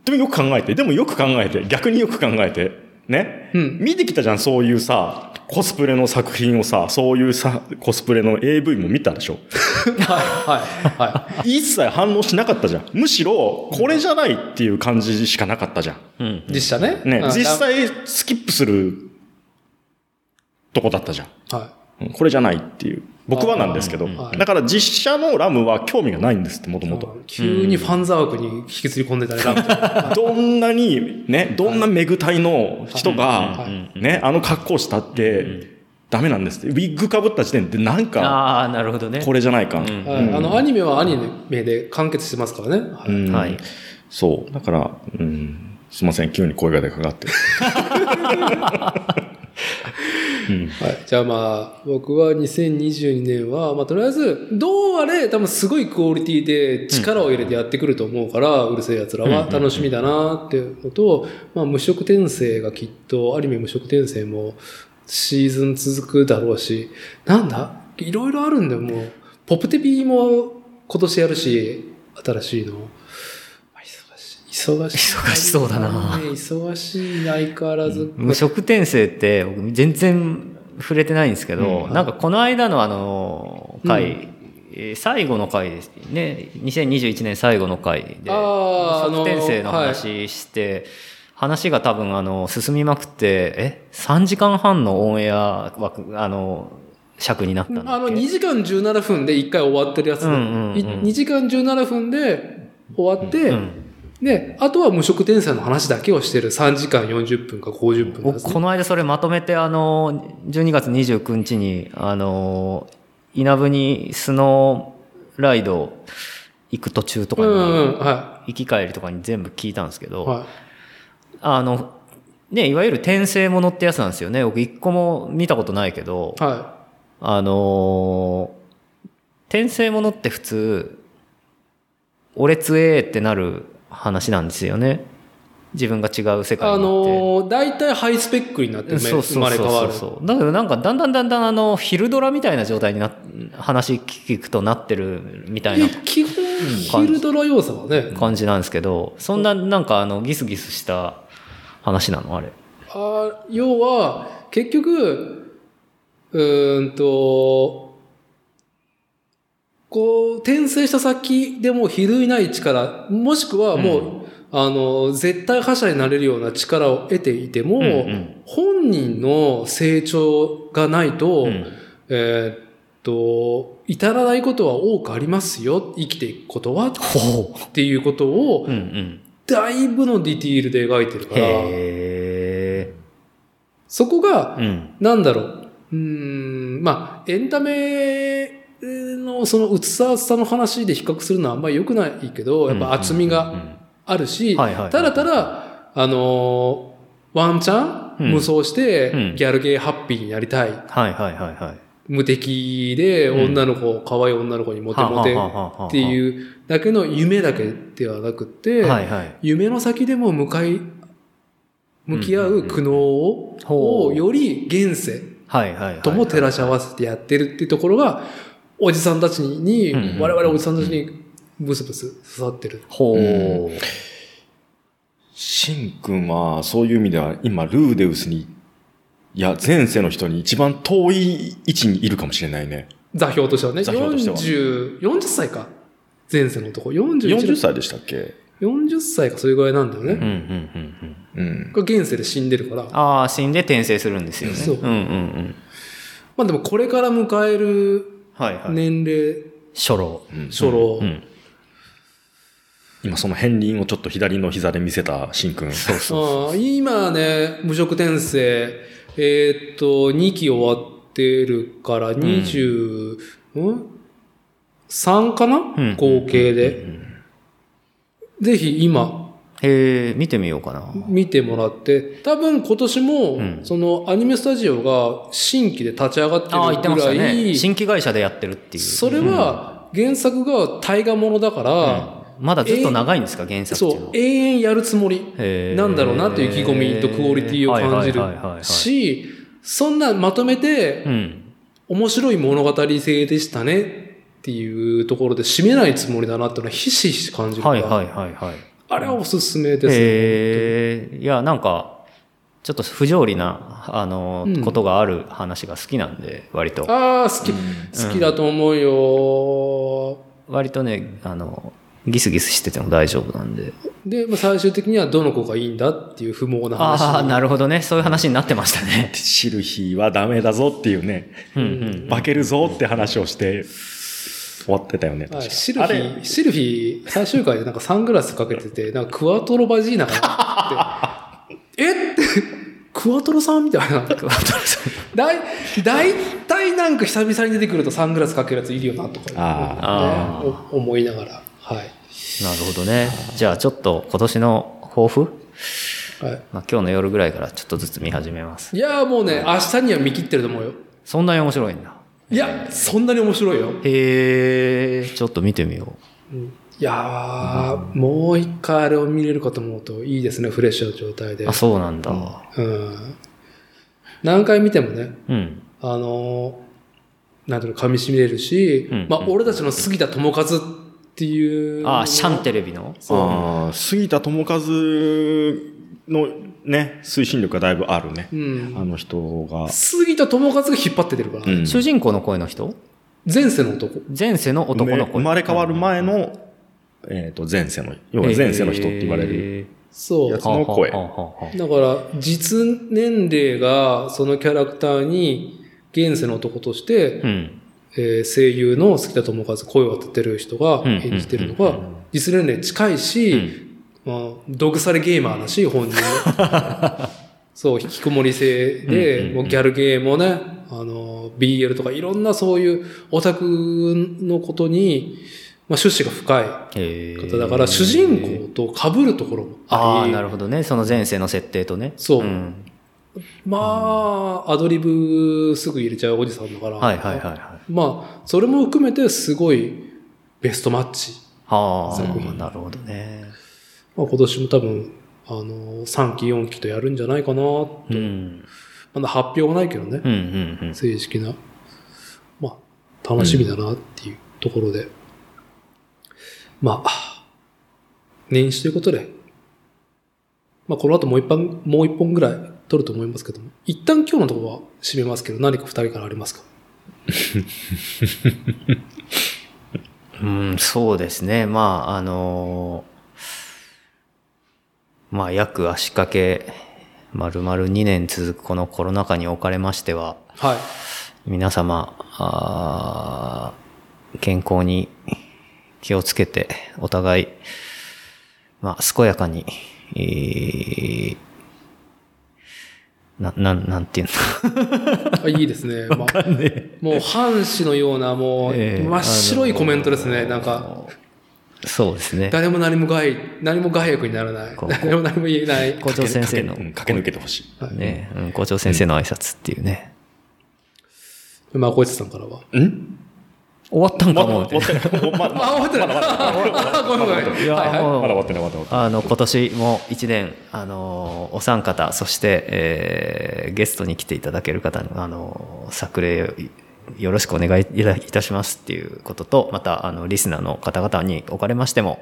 Speaker 3: でもよく考えて、でもよく考えて、逆によく考えて、ね。
Speaker 1: うん
Speaker 3: 見てきたじゃん、そういうさ、コスプレの作品をさ、そういうさ、コスプレの AV も見たでしょ。
Speaker 1: はい、はい、はい。
Speaker 3: 一切反応しなかったじゃん。むしろ、これじゃないっていう感じしかなかったじゃん。
Speaker 2: うん。
Speaker 1: でしたね。
Speaker 3: ね
Speaker 1: うん、
Speaker 3: 実際スキップするとこだったじゃん。
Speaker 1: ラムは
Speaker 3: うんこれじゃないっていう。僕はなんですけど
Speaker 2: うん、
Speaker 1: うんう。ん
Speaker 3: だから実写のラムは興味がないんですって、もと
Speaker 1: い。
Speaker 3: もと。
Speaker 1: うん急にファンザワークに引きずり込んでたね、ラムちゃん。
Speaker 3: どんなに、ね、どんなめぐたいの人が
Speaker 1: はい
Speaker 3: ね、あの格好したって、ダメなんですって。ウィッグかぶった時点でなんか、
Speaker 2: ああ、なるほどね。
Speaker 3: これじゃないか。
Speaker 2: ん
Speaker 1: はい
Speaker 3: うん
Speaker 1: あの、アニメはアニメで完結してますからね。はい
Speaker 3: うん
Speaker 2: はい。
Speaker 3: そう。だから、うん、すいません、急に声が出かかって。うん
Speaker 1: はい、じゃあまあ、僕は2022年は、まあとりあえず、どうあれ、多分すごいクオリティで力を入れてやってくると思うから、うるせえ奴らは楽しみだなっていうのと、まあ無色転生がきっと、アニメ無色転生もシーズン続くだろうし、なんだいろいろあるんだよ、もう。ポプテピーも今年やるし、新しいの。まあ忙しい。忙しい。
Speaker 2: 忙しそうだな
Speaker 1: ね忙しい、相変わらず。
Speaker 2: 無職転生って僕全然触れてないんですけど、
Speaker 1: うん
Speaker 2: なんかこの間のあの回、
Speaker 1: うん
Speaker 2: えー最後の回ですね2021年最後の回で
Speaker 1: あー
Speaker 2: 無職転生の
Speaker 1: あのはい
Speaker 2: 話して、話が多分あの進みまくってえ3時間半のオンエア枠あの尺になったんだっけ
Speaker 1: あの、2時間17分で1回終わってるやつ。
Speaker 2: う
Speaker 1: い
Speaker 2: んうんうん
Speaker 1: 2時間17分で終わって
Speaker 2: う、ん
Speaker 1: で、あとは無職転生の話だけをしてる3時間40分か50分のや
Speaker 2: 僕
Speaker 1: つ
Speaker 2: この間それまとめてあの12月29日にあの稲部にスノーライド行く途中とか
Speaker 1: う
Speaker 2: に、
Speaker 1: んうん、は
Speaker 2: 行き帰りとかに全部聞いたんですけ
Speaker 1: い。
Speaker 2: ど、
Speaker 1: は
Speaker 2: あのねいわゆる転生ものってやつなんですよね僕一個も見たことないけど、
Speaker 1: い。は
Speaker 2: あの転生ものって普通俺つえーってなる話なんですよね自分が違う世
Speaker 1: い。
Speaker 2: 界に
Speaker 1: あ
Speaker 2: 行って。
Speaker 1: のー、大体ハイスペックになって
Speaker 2: そう
Speaker 1: 生
Speaker 2: そう
Speaker 1: まれ変わる。
Speaker 2: そうそうだけどなんかだんだんだんだんあの昼ドラみたいな状態にな話聞くとなってるみたいな
Speaker 1: で基本、ヒルドラ要素はね、
Speaker 2: 感じなんですけどそんななんかあのギスギスした話なのあれ
Speaker 1: あ要は、結局、うーんと、こう、転生した先でもう比類ない力、もしくはもう、あの、絶対覇者になれるような力を得ていても、
Speaker 2: うんうん
Speaker 1: 本人の成長がないと、
Speaker 2: うん
Speaker 1: えーっと、至らないことは多くありますよ、生きていくことは、っていうことを
Speaker 2: う、んうん
Speaker 1: だいぶのディティールで描いてるから、
Speaker 2: へえ
Speaker 1: そこが、
Speaker 2: うん
Speaker 1: なんだろう。うーん、まあ、エンタメのその薄さの話で比較するのはあんまり良くないけど、やっぱ厚みがあるし、
Speaker 2: うんはいはいはい
Speaker 1: ただただ、あのーワンチャ
Speaker 2: うん
Speaker 1: ン無双して
Speaker 2: うん
Speaker 1: ギャルゲーハッピーになりたい。
Speaker 2: はいはいはいはい
Speaker 1: 無敵で
Speaker 2: うん
Speaker 1: 女の子、可愛い女の子にモテモテって
Speaker 2: う
Speaker 1: いうだけの夢だけではなくて、
Speaker 2: はいはい
Speaker 1: 夢の先でも向かい、向き合う苦悩を
Speaker 2: ほ
Speaker 1: を
Speaker 2: う
Speaker 1: より現世、
Speaker 2: はいはいはい
Speaker 1: とも照らし合わせてやってるっていうところが、おじさんたちに、
Speaker 2: うんうん
Speaker 1: 我々おじさんたちにブスブス刺さってる。
Speaker 2: ほう
Speaker 3: うシンくんは、そういう意味では、今、ルーデウスに、いや、前世の人に一番遠い位置にいるかもしれないね。
Speaker 1: 座標としてはね。
Speaker 3: 座標としては
Speaker 1: 40、40歳か。前世の男。41
Speaker 3: 40歳でしたっけ
Speaker 1: 40歳か、それぐらいなんだよ
Speaker 2: うんう
Speaker 1: ね。
Speaker 2: んうんうん
Speaker 3: うん。
Speaker 1: が現世で死んでるから。ま
Speaker 2: ああ死んで転生するんですよね
Speaker 1: そうん
Speaker 2: うんうん
Speaker 1: あでも、これから迎える
Speaker 2: はいはい、
Speaker 1: 年齢、
Speaker 2: 初老
Speaker 3: うん
Speaker 1: 初老。
Speaker 2: ん
Speaker 3: 今、その片鱗をちょっと左の膝で見せたシンくん。そうう。
Speaker 1: あー今ね、無職転生、えーっと、2期終わってるから20、うん、3かな、
Speaker 2: うん
Speaker 1: 合計で。ぜひ今、
Speaker 2: へえ、見てみようかな。
Speaker 1: 見てもらって、多分今年も、
Speaker 2: うん
Speaker 1: そのアニメスタジオが新規で立ち上がって
Speaker 2: ああ、言って
Speaker 1: る
Speaker 2: ま
Speaker 1: ぐ
Speaker 2: し
Speaker 1: ら
Speaker 2: た
Speaker 1: い、
Speaker 2: ね。新規会社でやってるっていう。
Speaker 1: それは原作が大河ものだから、
Speaker 2: まだずっと長いんですか、原作っ
Speaker 1: そ
Speaker 2: ていうの
Speaker 1: う、永遠やるつもり
Speaker 2: へー
Speaker 1: なんだろうなという意気込みとクオリティを感じ
Speaker 2: はいはいはいはいは
Speaker 1: る
Speaker 2: い
Speaker 1: し、そんなまとめて
Speaker 2: うん。
Speaker 1: 面白い物語性でしたねっていうところで締めないつもりだなっていうのはひしひし感じるか
Speaker 2: はい
Speaker 1: ら、
Speaker 2: はいはいはい。
Speaker 1: あれはおすすめですね。
Speaker 2: へえ、いや、なんか、ちょっと不条理な、あの、
Speaker 1: うん
Speaker 2: ことがある話が好きなんで、割と。
Speaker 1: ああ、好き、好きだと思うよ。
Speaker 2: 割とね、あの、ギスギスしてても大丈夫なんで。
Speaker 1: で、まあ、最終的にはどの子がいいんだっていう不毛な話。
Speaker 2: ああ、なるほどね。そういう話になってました ね。
Speaker 3: シルヒーはダメだぞっていうね、化けるぞって話をして、終わってたよね。
Speaker 1: はい
Speaker 3: 確か
Speaker 1: シルフィー、シルフィー、最終回でなんかサングラスかけてて、なんかクワトロバジーナかなって。えって、クワトロさんみたいな。
Speaker 2: クワトロさん
Speaker 1: だい、だいたいなんか久々に出てくるとサングラスかけるやついるよなとか、
Speaker 3: あ
Speaker 2: あ
Speaker 1: ねお思いながら。はい。
Speaker 2: なるほどね。じゃあちょっと今年の抱負、
Speaker 1: は
Speaker 2: まあ、今日の夜ぐらいからちょっとずつ見始めます。
Speaker 1: い、いやーもうね、明日には見切ってると思うよ。
Speaker 2: そんなに面白いんだ。
Speaker 1: いや、そんなに面白いよ。
Speaker 2: へえ、ちょっと見てみよう。
Speaker 1: いやー、もう一回あれを見れるかと思うといいですね、フレッシュな状態で
Speaker 2: あ、。そうなんだ。
Speaker 1: うん。何回見てもね、
Speaker 2: うん。
Speaker 1: あのー、なんていうの、噛み締めれるし、
Speaker 2: うん
Speaker 1: まあ
Speaker 2: う、ん
Speaker 1: 俺たちの杉田智和っていう。
Speaker 2: あ、シャンテレビの
Speaker 3: あ。杉田智和のね、推進力がだいぶあるね
Speaker 1: う。ん。
Speaker 3: あの人が。
Speaker 1: 杉田智和が引っ張っててるから、
Speaker 3: うん
Speaker 2: 主人公の声の人
Speaker 1: 前世の男。
Speaker 2: 前世の男の
Speaker 3: ね
Speaker 2: 声。
Speaker 3: 生まれ変わる前の、えっと、前世の、要は前世の人って言われる。
Speaker 2: へ
Speaker 1: そ
Speaker 3: や
Speaker 1: う
Speaker 3: つ
Speaker 2: ー。
Speaker 3: の声
Speaker 2: はあはあはあは
Speaker 1: だから、実年齢がそのキャラクターに、現世の男として、
Speaker 2: あうん。
Speaker 1: えー声優の杉田智和、声を当ててる人が
Speaker 2: うん
Speaker 1: 演じてるの
Speaker 2: う
Speaker 1: が、実年齢近いし、
Speaker 2: うん
Speaker 1: まあ、毒されゲーマーだし、本人も。 そう、引きこもり性で、
Speaker 2: うんうんうん
Speaker 1: もうギャルゲーもね、あの、BL とかいろんなそういうオタクのことに、まあ、趣旨が深
Speaker 2: へ
Speaker 1: い
Speaker 2: ー
Speaker 1: 方だから、主人公と被るところも
Speaker 2: あ
Speaker 1: あ
Speaker 2: あ、
Speaker 1: り、
Speaker 2: なるほどね。その前世の設定とね。
Speaker 1: そうんまあ、アドリブすぐ入れちゃうおじさんだから、
Speaker 2: はいはいはいはい。は
Speaker 1: まあ、それも含めてすごいベストマッチ。
Speaker 2: あ
Speaker 1: そこま
Speaker 2: ー、
Speaker 1: で
Speaker 2: なるほどね。
Speaker 1: まあ、今年も多分、あの、3期4期とやるんじゃないかな、と。
Speaker 2: うん。
Speaker 1: まだ発表はないけどね。
Speaker 2: うんうんうん。
Speaker 1: 正式な、まあ、楽しみだなっていうところで。まあ、年始ということで、まあ、この後もう一本、もう一本ぐらい撮ると思いますけども、一旦今日のところは締めますけど、何か二人からありますか
Speaker 2: うん、そうですね。まあ、あのーまあ、約足掛け、丸々2年続くこのコロナ禍におかれましては、
Speaker 1: はい。
Speaker 2: 皆様、あー健康に気をつけて、お互い、まあ、健やかに、えーな、なん、なんていう
Speaker 1: あいいです ね。まあ、もう、半紙のような、もう、
Speaker 2: ええ
Speaker 1: 真っ白いコメントですね。
Speaker 2: あの
Speaker 1: なんか、
Speaker 2: の、 そうですね。
Speaker 1: 誰も何も害、何も害悪にならない。
Speaker 2: こう
Speaker 1: 誰も何も言えない。
Speaker 2: 校長先生の
Speaker 3: 駆け抜けうん駆け抜けてほしい。
Speaker 1: はい
Speaker 2: ね、うん、校長先生の挨拶っていうね。
Speaker 1: まあ、小市さんから は。
Speaker 3: ん
Speaker 2: 終わったん
Speaker 3: ま
Speaker 2: か
Speaker 3: だ
Speaker 2: も
Speaker 3: 終わってない。ま
Speaker 1: あ、終わってない。あごめんごめん。
Speaker 2: いや
Speaker 1: はいはい
Speaker 2: もう
Speaker 3: だ終わってない、まだ終わってない。
Speaker 2: あの、今年も一年、あの、お三方、そして、えーゲストに来ていただける方の、あの、作例よろしくお願いいたいたしますっていうことと、また、あの、リスナーの方々におかれましても、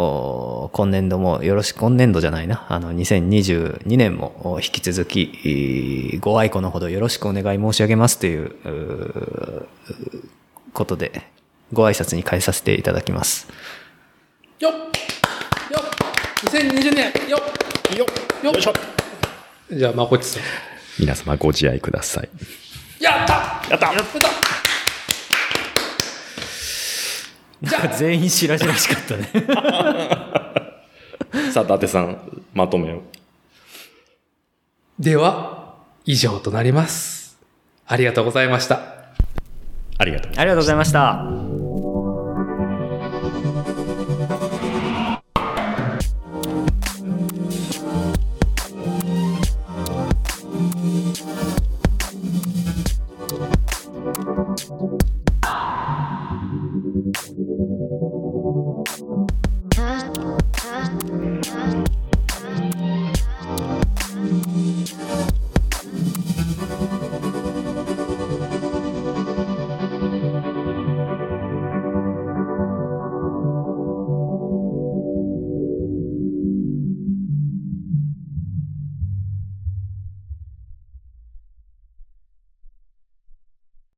Speaker 2: お今年度もよろしく、今年度じゃないな、あの、2022年もお引き続き、えーご愛顧のほどよろしくお願い申し上げますという、うーことで、ご挨拶に変えさせていただきます。
Speaker 1: よっよっ !2020 年よ
Speaker 3: よ
Speaker 1: っよっ
Speaker 3: よいしょ
Speaker 1: じゃあ、まこっちさん。
Speaker 3: 皆様ご自愛ください。
Speaker 1: やったやったやった
Speaker 2: 全員白々しかったね。
Speaker 3: さあ、伊達さん、まとめを。
Speaker 1: では、以上となります。ありがとうございました。
Speaker 3: ありがとう。
Speaker 2: ありがとうございました。